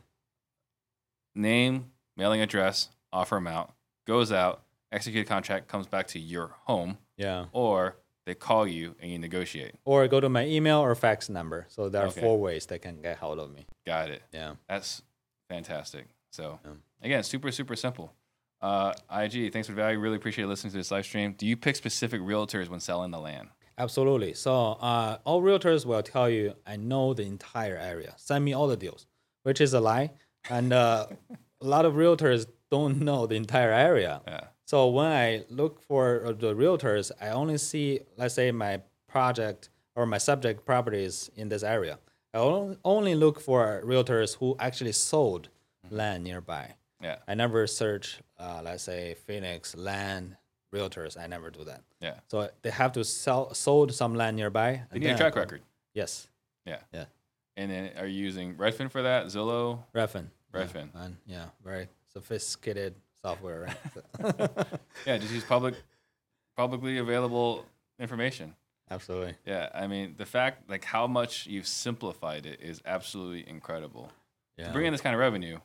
Speaker 2: name, mailing address, offer amount goes out, executed contract comes back to your home,
Speaker 3: Yeah.
Speaker 2: or they call you and you negotiate.
Speaker 3: Or go to my email or fax number. So there are
Speaker 2: Okay.
Speaker 3: four ways they can get hold of me.
Speaker 2: Got it.
Speaker 3: Yeah.
Speaker 2: That's fantastic. So
Speaker 3: Yeah.
Speaker 2: again, super super simple. Uh, IG, thanks for the value. Really appreciate listening to this live stream. Do you pick specific realtors when selling the land?
Speaker 3: Absolutely. So uh, all realtors will tell you, I know the entire area. Send me all the deals, which is a lie. And uh, a lot of realtors don't know the entire area.
Speaker 2: Yeah.
Speaker 3: So when I look for uh, the realtors, I only see, let's say, my project or my subject properties in this area. I on- only look for realtors who actually sold land nearby.
Speaker 2: Yeah.
Speaker 3: I never search, uh, let's say, Phoenix land realtors. I never do that.
Speaker 2: Yeah.
Speaker 3: So uh, they have to sell sold some land nearby.
Speaker 2: They need a track record.
Speaker 3: Yes.
Speaker 2: Yeah.
Speaker 3: Yeah.
Speaker 2: And then are you using Redfin for that? Zillow?
Speaker 3: Refin.
Speaker 2: Redfin.
Speaker 3: Yeah, and yeah, very sophisticated software. Right?
Speaker 2: Yeah, just use public publicly available information.
Speaker 3: Absolutely.
Speaker 2: Yeah. I mean the fact like how much you've simplified it is absolutely incredible.
Speaker 3: Yeah.
Speaker 2: To bring in this kind of revenue,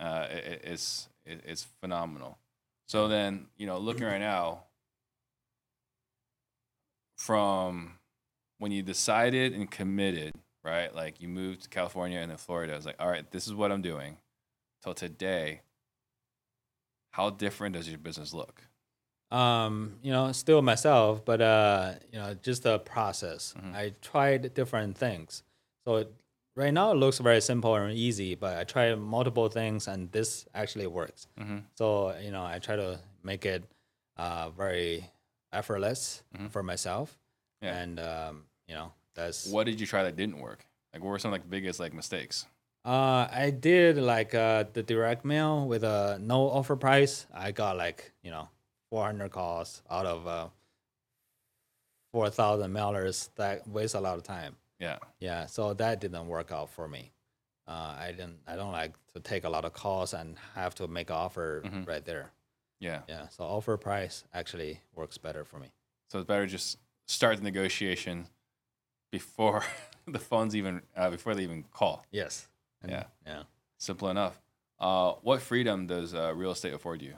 Speaker 2: uh, i- i it's it, it's phenomenal. So then, you know, looking right now, from when you decided and committed, right? Like you moved to California and then Florida. I was like, all right, this is what I'm doing. Till today, how different does your business look?
Speaker 3: um, you know, still myself, but uh, you know, just the process. I tried different things. So it, right now it looks very simple and easy, but I tried multiple things and this actually works. So, you know, I try to make it uh, very effortless for myself.
Speaker 2: Yeah.
Speaker 3: And um, you know, that's
Speaker 2: What did you try that didn't work? Like, what were some like biggest like mistakes?
Speaker 3: Uh, I did like uh, the direct mail with a no offer price. I got like you know 400 calls out of uh, 4,000 mailers. That wastes a lot of time.
Speaker 2: Yeah.
Speaker 3: Yeah, so that didn't work out for me. Uh, I didn't. I don't like to take a lot of calls and have to make an offer
Speaker 2: Mhm.
Speaker 3: right there.
Speaker 2: Yeah.
Speaker 3: Yeah, so offer price actually works better for me.
Speaker 2: So it's better just start the negotiation before the phones even uh, before they even call.
Speaker 3: Yes. And-
Speaker 2: Yeah.
Speaker 3: Yeah.
Speaker 2: Simple enough. Uh, what freedom does uh, real estate afford you?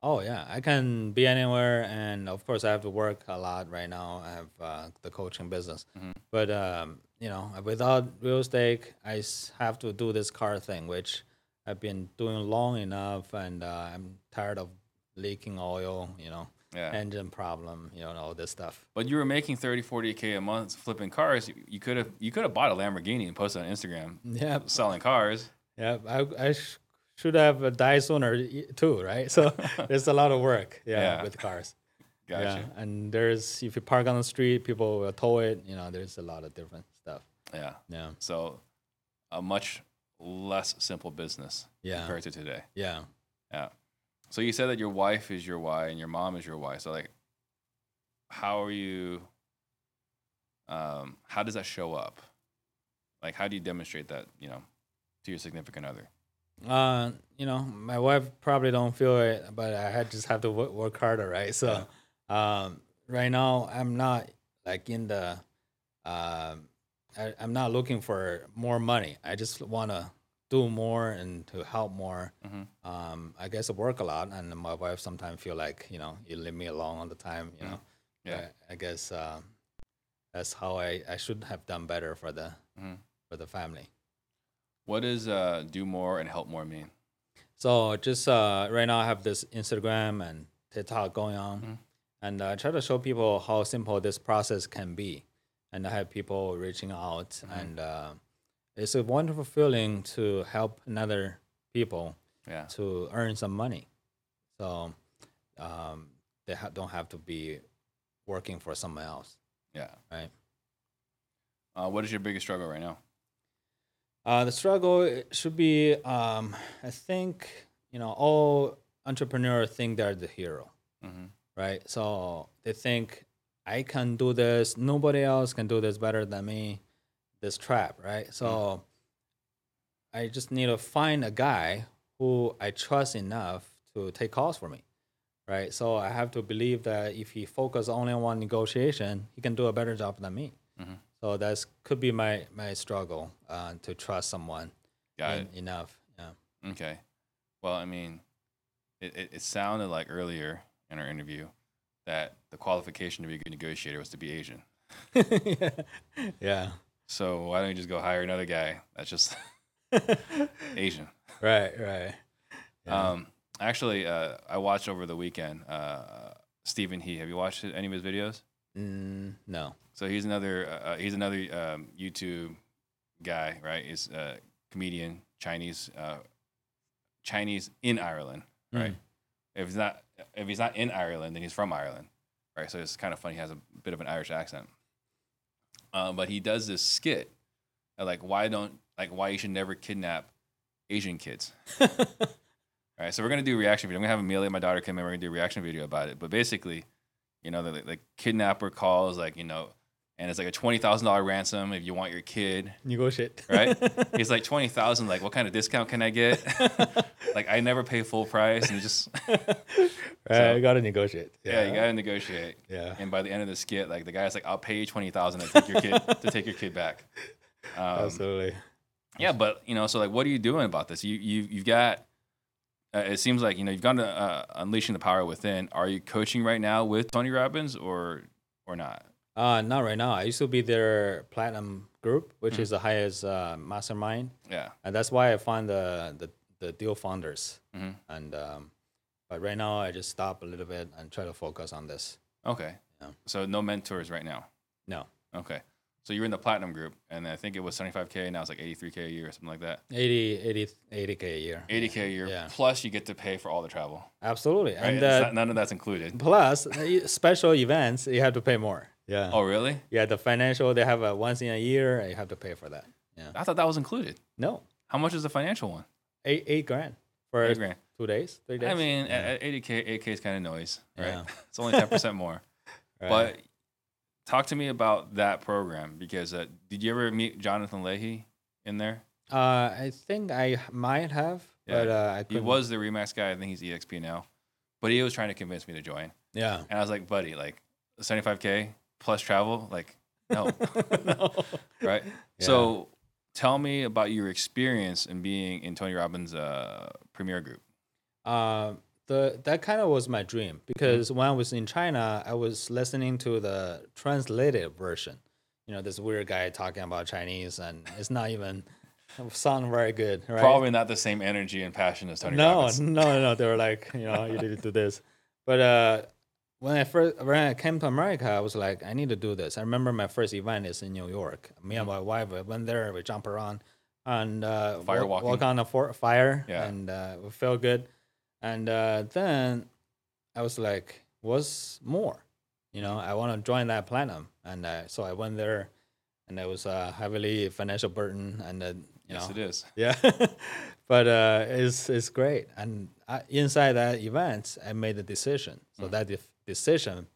Speaker 3: Oh yeah, I can be anywhere, and of course I have to work a lot right now. I have uh, the coaching business,
Speaker 2: Mhm.
Speaker 3: but um, you know, without real estate, I s- have to do this car thing, which I've been doing long enough, and uh, I'm tired of leaking oil. You know,
Speaker 2: Yeah.
Speaker 3: engine problem. You know, and all this stuff.
Speaker 2: but you were making 30, 40 k a month flipping cars. You- You could have you could have bought a Lamborghini and posted on Instagram
Speaker 3: Yep.
Speaker 2: selling cars.
Speaker 3: Yeah, I, I sh- should have uh, died sooner y- too, right? So there's a lot of work, yeah,
Speaker 2: Yeah.
Speaker 3: with cars.
Speaker 2: Gotcha.
Speaker 3: Yeah, and there's if you park on the street, people will tow it. You know, there's a lot of different stuff.
Speaker 2: Yeah.
Speaker 3: Yeah,
Speaker 2: So a much less simple business
Speaker 3: Yeah.
Speaker 2: compared to today.
Speaker 3: yeah,
Speaker 2: Yeah. So you said that your wife is your why and your mom is your why. So like, how are you? Um, how does that show up? Like, how do you demonstrate that? You know, to your significant other.
Speaker 3: Uh, you know, my wife probably don't feel it, but I had just have to wo- work harder, right? So, um, right now I'm not like in the, um, I, I'm not looking for more money. I just want to do more and to help more.
Speaker 2: Mhm.
Speaker 3: Um, I guess I work a lot, and my wife sometimes feel like you know you leave me alone all the time. You know,
Speaker 2: Yeah.
Speaker 3: I, I guess um, that's how I, I should have done better for the
Speaker 2: Mhm.
Speaker 3: for the family.
Speaker 2: What does uh, do more and help more mean?
Speaker 3: So just uh, right now, I have this Instagram and TikTok going on,
Speaker 2: Mm-hmm.
Speaker 3: and I try to show people how simple this process can be, and I have people reaching out,
Speaker 2: Mm-hmm.
Speaker 3: and uh, it's a wonderful feeling to help another people
Speaker 2: Yeah.
Speaker 3: to earn some money. So um, they ha- don't have to be working for someone else,
Speaker 2: Yeah.
Speaker 3: right?
Speaker 2: Uh, what is your biggest struggle right now?
Speaker 3: Uh, the struggle it should be, um, I think, you know, all entrepreneurs think they're the hero.
Speaker 2: hmm
Speaker 3: right? So they think I can do this. Nobody else can do this better than me. This trap, right? So I just need to find a guy who I trust enough to take calls for me, right? So I have to believe that if he focus only on one negotiation, he can do a better job than me.
Speaker 2: Mhm.
Speaker 3: So that's could be my my struggle uh, to trust someone
Speaker 2: Got it.
Speaker 3: en- enough. Yeah.
Speaker 2: Okay. Well, I mean, it, it, it sounded like earlier in our interview that the qualification to be a good negotiator was to be Asian.
Speaker 3: yeah.
Speaker 2: So why don't you just go hire another guy that's just Asian?
Speaker 3: Right. Right. Yeah.
Speaker 2: Um, actually, uh, I watched over the weekend uh, Stephen He. Have you watched any of his videos?
Speaker 3: Mm, no.
Speaker 2: So he's another uh, uh, he's another um, YouTube guy, right? He's a comedian, Chinese uh, Chinese in Ireland, right? If he's not if he's not in Ireland, then he's from Ireland, right? So it's kind of funny. He has a bit of an Irish accent, um, but he does this skit, uh, like why don't like why you should never kidnap Asian kids. All right, so we're gonna do a reaction video. I'm gonna have Amelia, my daughter, come in. We're gonna do a reaction video about it. But basically, you know, the, the, the kidnapper calls, like you know, and it's like a twenty thousand dollar ransom if you want your kid,
Speaker 3: Negotiate.
Speaker 2: right? He's like twenty thousand. Like, what kind of discount can I get? like, I never pay full price, and just
Speaker 3: Right,
Speaker 2: So-
Speaker 3: you gotta negotiate.
Speaker 2: yeah, you gotta negotiate.
Speaker 3: Yeah.
Speaker 2: And by the end of the skit, like the guy's like, I'll pay you twenty thousand to take your kid to take your kid back. Um,
Speaker 3: absolutely.
Speaker 2: Yeah, but you know, so like, what are you doing about this? You you you've got. Uh, it seems like you know you've gone to uh, unleashing the power within. Are you coaching right now with Tony Robbins or or not?
Speaker 3: Uh, not right now. I used to be their platinum group, which
Speaker 2: Mm-hmm.
Speaker 3: is the highest uh, mastermind,
Speaker 2: Yeah.
Speaker 3: and that's why I found the the, the deal founders.
Speaker 2: Mhm.
Speaker 3: And um, but right now, I just stop a little bit and try to focus on this.
Speaker 2: Okay.
Speaker 3: Yeah.
Speaker 2: So no mentors right now.
Speaker 3: No,
Speaker 2: Okay. So you're in the platinum group, and I think it was 75k. Now it's like 83k a year or something like that.
Speaker 3: 80, 80, 80k a year.
Speaker 2: 80k a year
Speaker 3: Yeah.
Speaker 2: plus you get to pay for all the travel.
Speaker 3: Absolutely,
Speaker 2: Right?
Speaker 3: and
Speaker 2: It's
Speaker 3: uh,
Speaker 2: not- none of that's included.
Speaker 3: plus uh, special events, you have to pay more. Yeah.
Speaker 2: Oh really?
Speaker 3: Yeah, the financial they have a once in a year, and you have to pay for that. Yeah.
Speaker 2: I thought that was included.
Speaker 3: No.
Speaker 2: How much is the financial one?
Speaker 3: Eight eight grand for
Speaker 2: Eight grand.
Speaker 3: two days, three days.
Speaker 2: I mean, eh,
Speaker 3: Yeah.
Speaker 2: at at 80k, 8k is kind of noise, right?
Speaker 3: Yeah.
Speaker 2: It's only 10% more.
Speaker 3: Right.
Speaker 2: But talk to me about that program because uh, did you ever meet Jonathan Leahy in there?
Speaker 3: Uh, I think I h- might have,
Speaker 2: Yeah.
Speaker 3: but uh, I
Speaker 2: He
Speaker 3: couldn't.
Speaker 2: was the Remax guy. I think he's EXP now, but he was trying to convince me to join,
Speaker 3: yeah.
Speaker 2: and I was like, buddy, like 75k plus travel, like no,
Speaker 3: No.
Speaker 2: right?
Speaker 3: Yeah.
Speaker 2: So tell me about your experience in being in Tony Robbins' uh, premier group.
Speaker 3: Um, the that kind of was my dream
Speaker 2: Mm-hmm.
Speaker 3: because when I was in China, I was listening to the translated version. You know, this weird guy talking about Chinese, and it's not even sound very good, right?
Speaker 2: Probably not the same energy and passion as Tony
Speaker 3: no,
Speaker 2: Robbins.
Speaker 3: no, no, no. They were like, you know, you need to do this. But uh, when I first when I came to America, I was like, I need to do this. I remember my first event is in New York. Me
Speaker 2: Mm.
Speaker 3: and my wife we went there. We jump around and uh,
Speaker 2: Fire
Speaker 3: walk, walk
Speaker 2: walking.
Speaker 3: on a for- fire,
Speaker 2: Yeah.
Speaker 3: and uh, we felt good. And uh, then I was like, what's more? You know, I want to join that platinum, and uh, so I went there, and I was uh, heavily financial burden, and then you
Speaker 2: Yes,
Speaker 3: know,
Speaker 2: it is.
Speaker 3: yeah, but uh, it's it's great. And I, inside that event, I made a decision. So that def- decision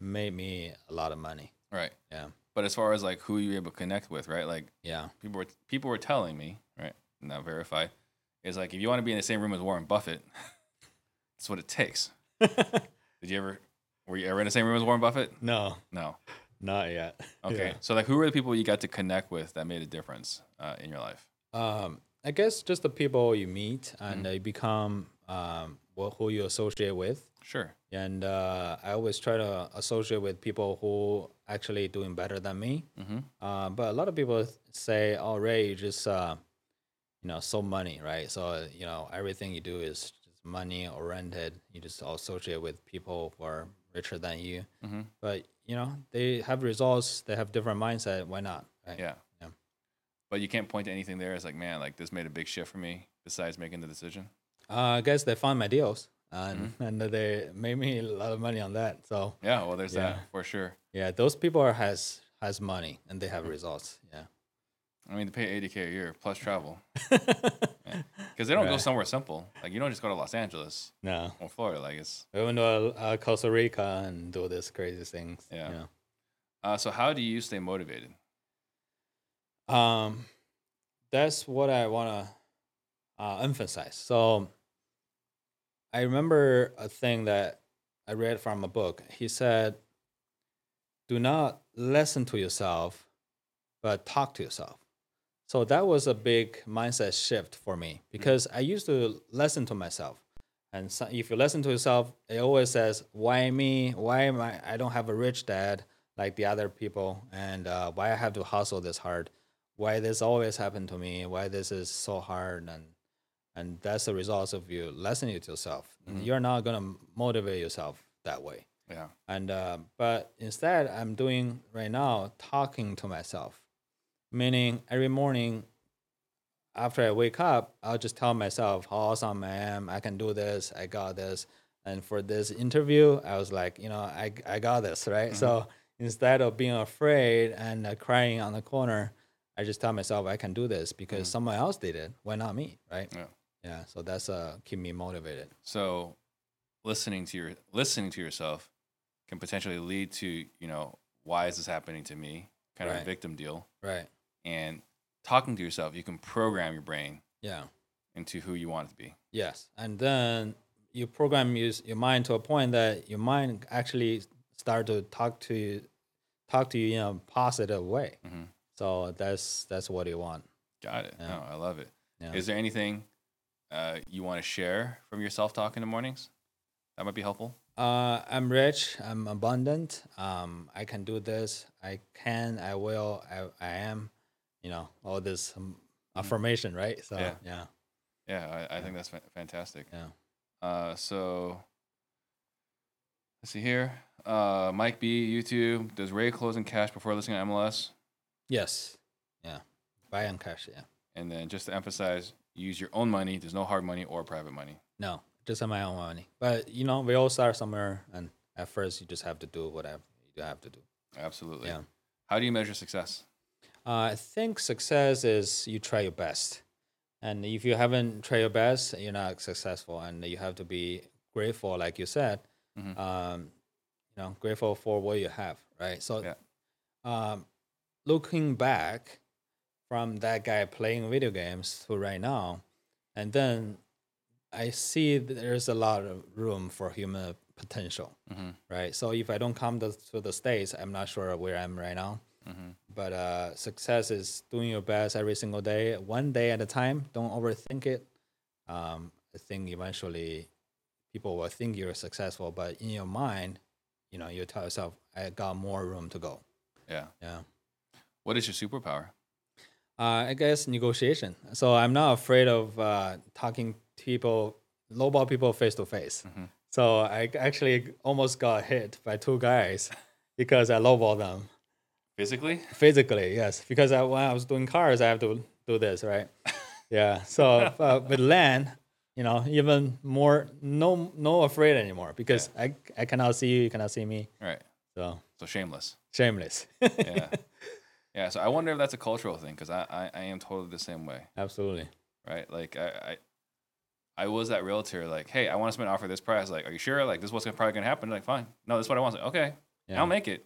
Speaker 3: made me a lot of money.
Speaker 2: Right.
Speaker 3: Yeah,
Speaker 2: But as far as like who you're able to connect with, right? Like
Speaker 3: yeah,
Speaker 2: people were people were telling me, right? Not verified. Is like if you want to be in the same room as Warren Buffett, that's what it takes. Did you ever were you ever in the same room as Warren Buffett?
Speaker 3: no,
Speaker 2: No.
Speaker 3: not yet.
Speaker 2: Okay.
Speaker 3: Yeah.
Speaker 2: So like who were the people you got to connect with that made a difference uh, in your life?
Speaker 3: Um, I guess just the people you meet and they become um, wh- who you associate with.
Speaker 2: Sure.
Speaker 3: And uh, I always try to associate with people who actually doing better than me.
Speaker 2: Mhm.
Speaker 3: Uh, but a lot of people th- say, "Oh, Ray, you just uh, you know, so money, right? So uh, you know, everything you do is just money oriented. You just associate with people who are richer than you.
Speaker 2: Mhm.
Speaker 3: But you know, they have results. They have different mindset. Why not? Right?
Speaker 2: Yeah.
Speaker 3: Yeah.
Speaker 2: But you can't point to anything there as like, man, like this made a big shift for me besides making the decision.
Speaker 3: Uh, I guess they found my deals, and and they made me a lot of money on that. So
Speaker 2: Yeah, well there's
Speaker 3: Yeah.
Speaker 2: that for sure.
Speaker 3: yeah, those people are, has has money and they have results. Yeah.
Speaker 2: I mean, to pay 80k a year plus travel. Because they don't go
Speaker 3: Right.
Speaker 2: somewhere simple. Like you don't just go to Los Angeles
Speaker 3: No,
Speaker 2: or Florida. Like it's
Speaker 3: we went to uh, Costa Rica and do these crazy things.
Speaker 2: Yeah.
Speaker 3: You know.
Speaker 2: uh, so. How do you stay motivated?
Speaker 3: um that's what i want to uh, emphasize so i remember a thing that i read from a book he said do not listen to yourself but talk to yourself so that was a big mindset shift for me because i used to listen to myself and so if you listen to yourself it always says why me why am i i don't have a rich dad like the other people and uh, why i have to hustle this hard why this always happened to me why this is so hard and and that's the result of you listening to yourself you're not going to motivate yourself that way
Speaker 2: Yeah.
Speaker 3: and uh, but instead i'm doing right now talking to myself meaning every morning after i wake up i'll just tell myself how awesome i am i can do this i got this and for this interview i was like you know i, I got this right so instead of being afraid and uh, crying on the corner i just tell myself i can do this because someone else did it why not me right
Speaker 2: Yeah.
Speaker 3: yeah so that's uh keep me motivated
Speaker 2: So listening to your listening to yourself can potentially lead to you know why is this happening to me? Kind of a
Speaker 3: Right.
Speaker 2: victim deal.
Speaker 3: right
Speaker 2: And talking to yourself, you can program your brain
Speaker 3: yeah
Speaker 2: into who you want it to be.
Speaker 3: Yes, and then you program your, your mind to a point that your mind actually start to talk to you, talk to you in a positive way.
Speaker 2: Mhm.
Speaker 3: So that's that's what you want.
Speaker 2: Got it.
Speaker 3: Yeah.
Speaker 2: No, I love it. Is
Speaker 3: Yeah.
Speaker 2: there anything uh, you want to share from yourself talk in the mornings? That might be helpful.
Speaker 3: Uh, I'm rich. I'm abundant. Um, I can do this. I can. I will. I, I am. You know all this um, affirmation, right? So
Speaker 2: Yeah.
Speaker 3: yeah,
Speaker 2: Yeah, I, I think that's fa- fantastic.
Speaker 3: yeah.
Speaker 2: Uh, so let's see here. Uh, Mike B, YouTube. Does Ray close in cash before listing on MLS?
Speaker 3: Yes, yeah. Buy and cash. Yeah.
Speaker 2: And then just to emphasize, use your own money. There's no hard money or private money.
Speaker 3: No, just on my own money. But you know, we all start somewhere, and at first you just have to do whatever you have to do.
Speaker 2: Absolutely.
Speaker 3: Yeah.
Speaker 2: How do you measure success?
Speaker 3: Uh, I think success is you try your best, And if you haven't tried your best, you're not successful, and you have to be grateful, like you said,
Speaker 2: Mhm.
Speaker 3: um, you know, grateful for what you have, right? So,
Speaker 2: Yeah.
Speaker 3: um, looking back from that guy playing video games to right now, and then I see that there's a lot of room for human potential,
Speaker 2: Mhm.
Speaker 3: right? So if I don't come to, to the states, I'm not sure where I'm right now. But uh, success is doing your best every single day, one day at a time. Don't overthink it. Um, I think eventually people will think you're successful, but in your mind, you know, you tell yourself, I got more room to go.
Speaker 2: Yeah.
Speaker 3: Yeah.
Speaker 2: What is your superpower?
Speaker 3: Uh, I guess negotiation. So I'm not afraid of uh, talking to people, lowball people face to face. So I g- actually almost got hit by two guys because I lowball them
Speaker 2: Physically?
Speaker 3: physically. Yes, because I, when I was doing cars, I have to do this, right? yeah. So uh, with land, you know, even more, no, no afraid anymore because I, I cannot see you, you cannot see me.
Speaker 2: Right.
Speaker 3: So
Speaker 2: So shameless.
Speaker 3: shameless.
Speaker 2: Yeah. yeah. So I wonder if that's a cultural thing because I, I, I am totally the same way.
Speaker 3: Absolutely.
Speaker 2: right? Like I, I, I was that realtor. Like, hey, I want to submit an offer at this price. Like, are you sure? Like, this is what's gonna, probably gonna happen. Like, fine. No, this is what I want. Like, okay,
Speaker 3: Yeah.
Speaker 2: I'll make it.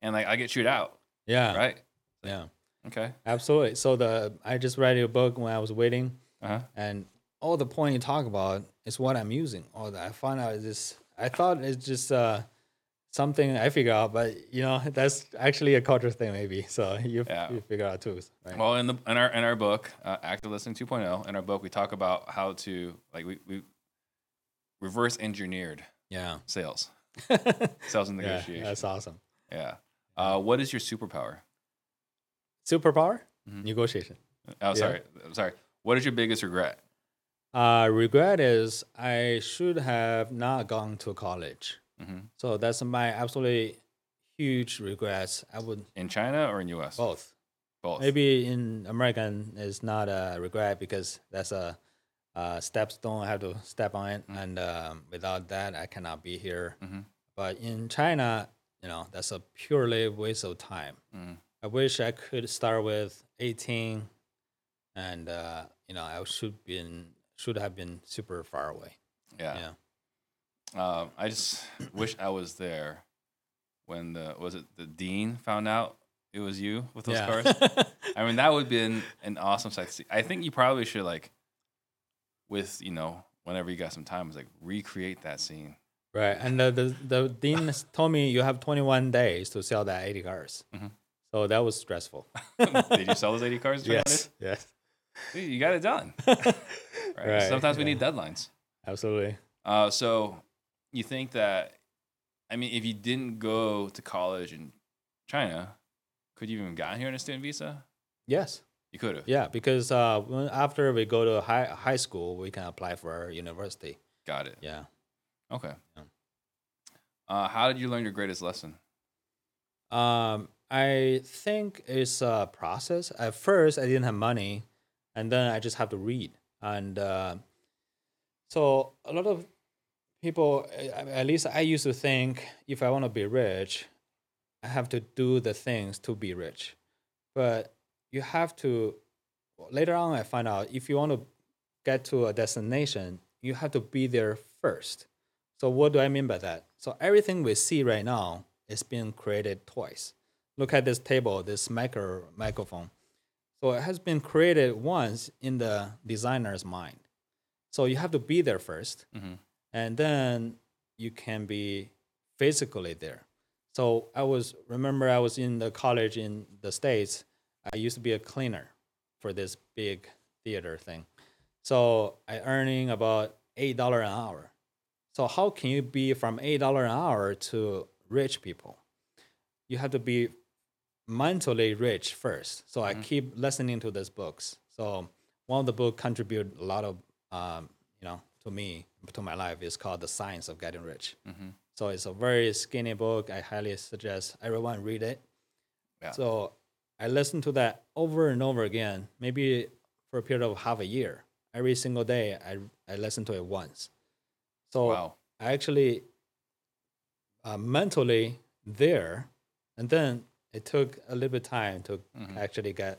Speaker 2: And like, I get chewed out,
Speaker 3: Yeah.
Speaker 2: right?
Speaker 3: Yeah.
Speaker 2: Okay.
Speaker 3: Absolutely. So the I just read your book when I was waiting,
Speaker 2: Uh huh.
Speaker 3: and all the point you talk about is what I'm using. All that I found out is just I thought it's just uh, something I figure out, but you know that's actually a culture thing maybe. So you,
Speaker 2: Yeah.
Speaker 3: you figure out too. Right?
Speaker 2: Well, in the in our in our book, uh, Active Listening 2.0, oh, in our book, we talk about how to like we we reverse engineered
Speaker 3: yeah.
Speaker 2: sales,
Speaker 3: yeah.
Speaker 2: sales and negotiation. Yeah.
Speaker 3: That's awesome.
Speaker 2: Uh, what is your superpower?
Speaker 3: Superpower
Speaker 2: Mhm.
Speaker 3: negotiation.
Speaker 2: Oh, sorry, I'm sorry. What is your biggest regret?
Speaker 3: Uh, regret is I should have not gone to college.
Speaker 2: hmm
Speaker 3: So that's my absolutely huge regrets. I would
Speaker 2: In China or in U.S.
Speaker 3: both.
Speaker 2: Both.
Speaker 3: Maybe in American is not a regret because that's a, uh step stone. I have to step on it,
Speaker 2: Mm-hmm.
Speaker 3: and um, without that, I cannot be here.
Speaker 2: Mhm.
Speaker 3: But in China, you know, that's a purely waste of time.
Speaker 2: Mhm.
Speaker 3: I wish I could start with eighteen, and uh, you know, I should been should have been super far away.
Speaker 2: Yeah.
Speaker 3: Yeah,
Speaker 2: Um, I just wish I was there when the was it the dean found out it was you with those
Speaker 3: yeah.
Speaker 2: cars. I mean, that would have been an awesome sight to see. I think you probably should like, with you know, whenever you got some time, is like recreate that scene.
Speaker 3: Right, and the the, the dean s- told me you have 21 days to sell that 80 cars.
Speaker 2: Mhm.
Speaker 3: So that was stressful.
Speaker 2: Did you sell those eighty cars? in 21 days?
Speaker 3: yes,
Speaker 2: Dude, you got it done. right?
Speaker 3: Right,
Speaker 2: Sometimes we
Speaker 3: yeah.
Speaker 2: need deadlines.
Speaker 3: absolutely.
Speaker 2: Uh, so you think that? I mean, if you didn't go to college in China, could you even gotten here on a student visa?
Speaker 3: Yes,
Speaker 2: You could have.
Speaker 3: yeah, because uh, when- after we go to high high school, we can apply for our university.
Speaker 2: Got it.
Speaker 3: Yeah,
Speaker 2: Okay.
Speaker 3: Yeah.
Speaker 2: Uh, how did you learn your greatest lesson?
Speaker 3: um, I think it's a process. At first, I didn't have money, and then I just have to read, and uh, so a lot of people, I- I- at least I used to think, if I want to be rich, I have to do the things to be rich. But you have to, later on, I find out if you want to get to a destination, you have to be there first. So, what do I mean by that? So, everything we see right now is being created twice. Look at this table, this micro, microphone. So, it has been created once in the designer's mind. So, you have to be there first
Speaker 2: Mhm.
Speaker 3: and then you can be physically there. So I was remember I was in the college in the states. I used to be a cleaner for this big theater thing. So I earning about eight dollar an hour. So how can you be from eight dollar an hour to rich people? You have to be mentally rich first. So
Speaker 2: Mm.
Speaker 3: I keep listening to these books. So one of the book contribute a lot of um, you know to me to my life is called The Science of Getting Rich.
Speaker 2: Mm-hmm.
Speaker 3: So it's a very skinny book. I highly suggest everyone read it.
Speaker 2: Yeah.
Speaker 3: So I listened to that over and over again, maybe for a period of half a year. Every single day, I I listened to it once. So
Speaker 2: Wow.
Speaker 3: I actually uh, mentally Mm-hmm. there, and then it took a little bit time to actually get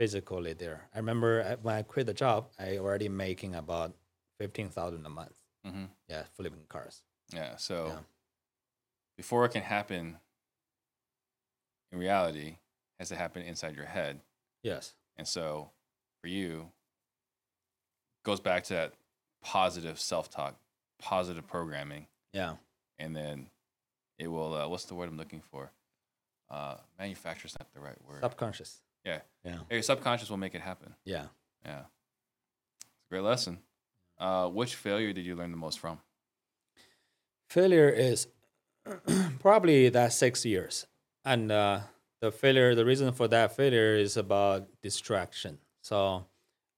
Speaker 3: physically there. I remember I- when I quit the job, I already making about fifteen thousand a month.
Speaker 2: hmm
Speaker 3: Yeah, flipping cars.
Speaker 2: Yeah. So
Speaker 3: Yeah.
Speaker 2: before it can happen in reality, it has to happen inside your head.
Speaker 3: Yes.
Speaker 2: And so for you, goes back to that positive self talk, positive programming.
Speaker 3: Yeah.
Speaker 2: And then it will, uh, what's the word I'm looking for? Uh, manufacture's not the right word.
Speaker 3: Subconscious.
Speaker 2: Yeah.
Speaker 3: Yeah.
Speaker 2: Your subconscious will make it happen.
Speaker 3: Yeah.
Speaker 2: Yeah. It's a great lesson. Uh, which failure did you learn the most from?
Speaker 3: failure is probably that six years and uh, the failure the reason for that failure is about distraction so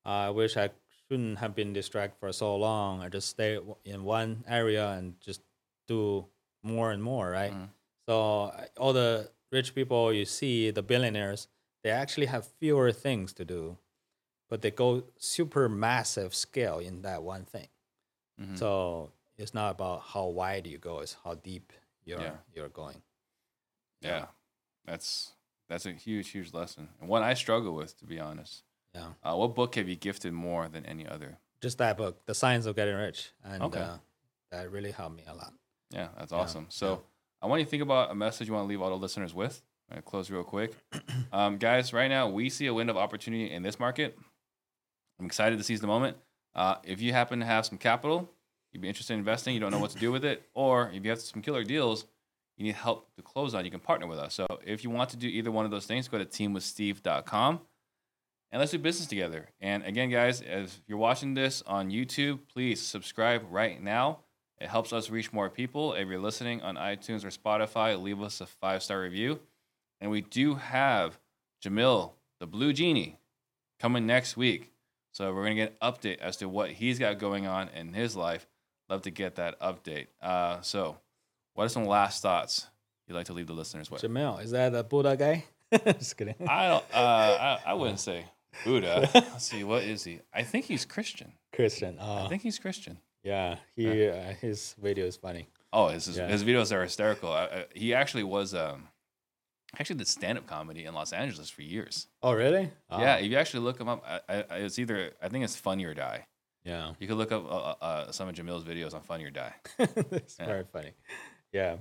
Speaker 3: Uh, i wish i shouldn't have been distracted for so long i just stay w- in one area and just do more and more right
Speaker 2: Mhm.
Speaker 3: so I- all the rich people you see the billionaires they actually have fewer things to do but they go super massive scale in that one thing
Speaker 2: Mhm.
Speaker 3: so it's not about how wide you go; it's how deep you're
Speaker 2: Yeah.
Speaker 3: you're going.
Speaker 2: yeah. That's that's a huge, huge lesson. And one I struggle with, to be honest.
Speaker 3: Yeah,
Speaker 2: Uh, what book have you gifted more than any other?
Speaker 3: just that book, "The Science of Getting Rich," and
Speaker 2: Okay.
Speaker 3: uh, that really helped me a lot.
Speaker 2: Yeah, that's awesome. So I want you to think about a message you want to leave all the listeners with. i close real quick. um, guys, right now we see a window of opportunity in this market. I'm excited to seize the moment. Uh, if you happen to have some capital, you'd be interested in investing, you don't know what to do with it, or if you have some killer deals you need help to close on, you can partner with us. So if you want to do either one of those things, go to teamwithsteve.com and let's do business together. And again, guys, if you're watching this on YouTube, please subscribe right now. It helps us reach more people. If you're listening on iTunes or Spotify, leave us a five star review. And we do have Jamil, the Blue Genie, coming next week. So we're going to get an update as to what he's got going on in his life. Love to get that update. Uh, so, what are some last thoughts you'd like to leave the listeners with?
Speaker 3: Jamil, is that the Buddha guy? just kidding.
Speaker 2: I don't. Uh, I, I wouldn't say Buddha. Let's see. What is he? I think he's Christian.
Speaker 3: Christian. Uh,
Speaker 2: I think he's Christian.
Speaker 3: yeah, he uh, his video is funny.
Speaker 2: Oh, his
Speaker 3: Yeah.
Speaker 2: his videos are hysterical. I, I, he actually was. Um, actually did stand up comedy in Los Angeles for years.
Speaker 3: Oh, really? Ah,
Speaker 2: Yeah, if you actually look him up, I, I, it's either I think it's Funny or Die.
Speaker 3: yeah.
Speaker 2: You could look up uh, uh, uh, some of Jamil's videos on Funny or Die.
Speaker 3: it's
Speaker 2: Yeah.
Speaker 3: very funny. Yeah.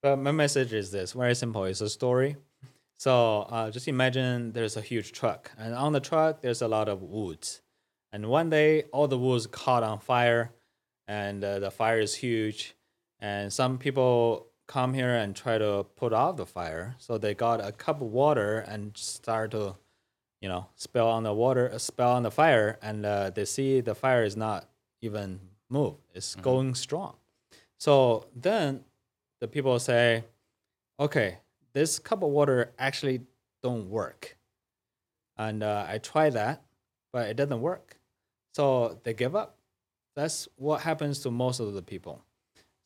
Speaker 3: But my message is this very simple. It's a story. So uh, just imagine there's a huge truck, and on the truck, there's a lot of woods. And one day, all the woods caught on fire, and uh, the fire is huge. And some people come here and try to put out the fire. So they got a cup of water and start to you know, spell on the water, uh, spell on the fire, and uh, they see the fire is not even move. It's going strong. So then the people say, okay, this cup of water actually don't work. And uh, I tried that, but it doesn't work. So they give up. That's what happens to most of the people.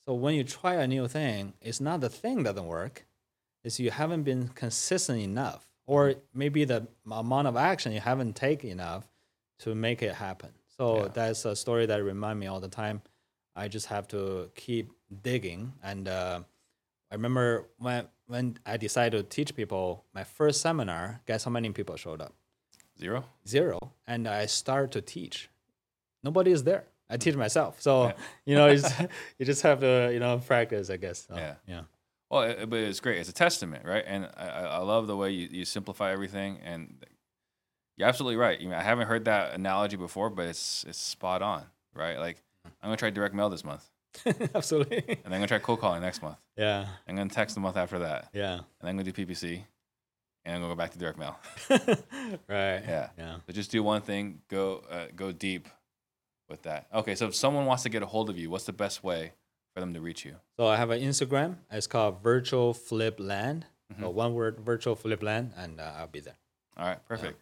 Speaker 3: So when you try a new thing, it's not the thing that doesn't work, is you haven't been consistent enough, or maybe the m- amount of action you haven't taken enough to make it happen. So
Speaker 2: Yeah.
Speaker 3: that's a story that remind me all the time. I just have to keep digging. And uh, I remember when when I decided to teach people my first seminar. Guess how many people showed up?
Speaker 2: Zero.
Speaker 3: Zero. And I start to teach. Nobody is there. I teach myself. So you know, it's, you just have to you know practice. I guess. So,
Speaker 2: Yeah.
Speaker 3: Yeah.
Speaker 2: Well, Oh, it, it- but it's great. It's a testament, right? And I, I I love the way you, you simplify everything. And you're absolutely right. You know, I haven't heard that analogy before, but it's it's spot on, right? Like I'm gonna try direct mail this month,
Speaker 3: Absolutely.
Speaker 2: and then I'm gonna try cold calling next month.
Speaker 3: Yeah.
Speaker 2: I'm gonna text the month after that,
Speaker 3: Yeah.
Speaker 2: and then I'm gonna do PPC, and I'm gonna go back to direct mail.
Speaker 3: Right.
Speaker 2: Yeah.
Speaker 3: Yeah.
Speaker 2: So just do one thing. Go uh, go deep with that. Okay. So if someone wants to get a hold of you, what's the best way for them to reach you?
Speaker 3: So I have an Instagram. It's called Virtual Flip Land. So
Speaker 2: Mm-hmm.
Speaker 3: one word, Virtual Flip Land, and uh, I'll be there.
Speaker 2: All right. Perfect.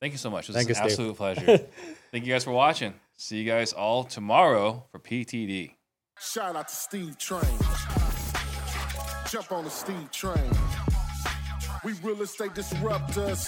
Speaker 2: Thank you so much. It was
Speaker 3: Thank
Speaker 2: an
Speaker 3: you, Steve.
Speaker 2: absolute pleasure. Thank you guys for watching. See you guys all tomorrow for PTD.
Speaker 1: Shout out to Steve Train. Jump on the Steve Train. We real estate disruptors.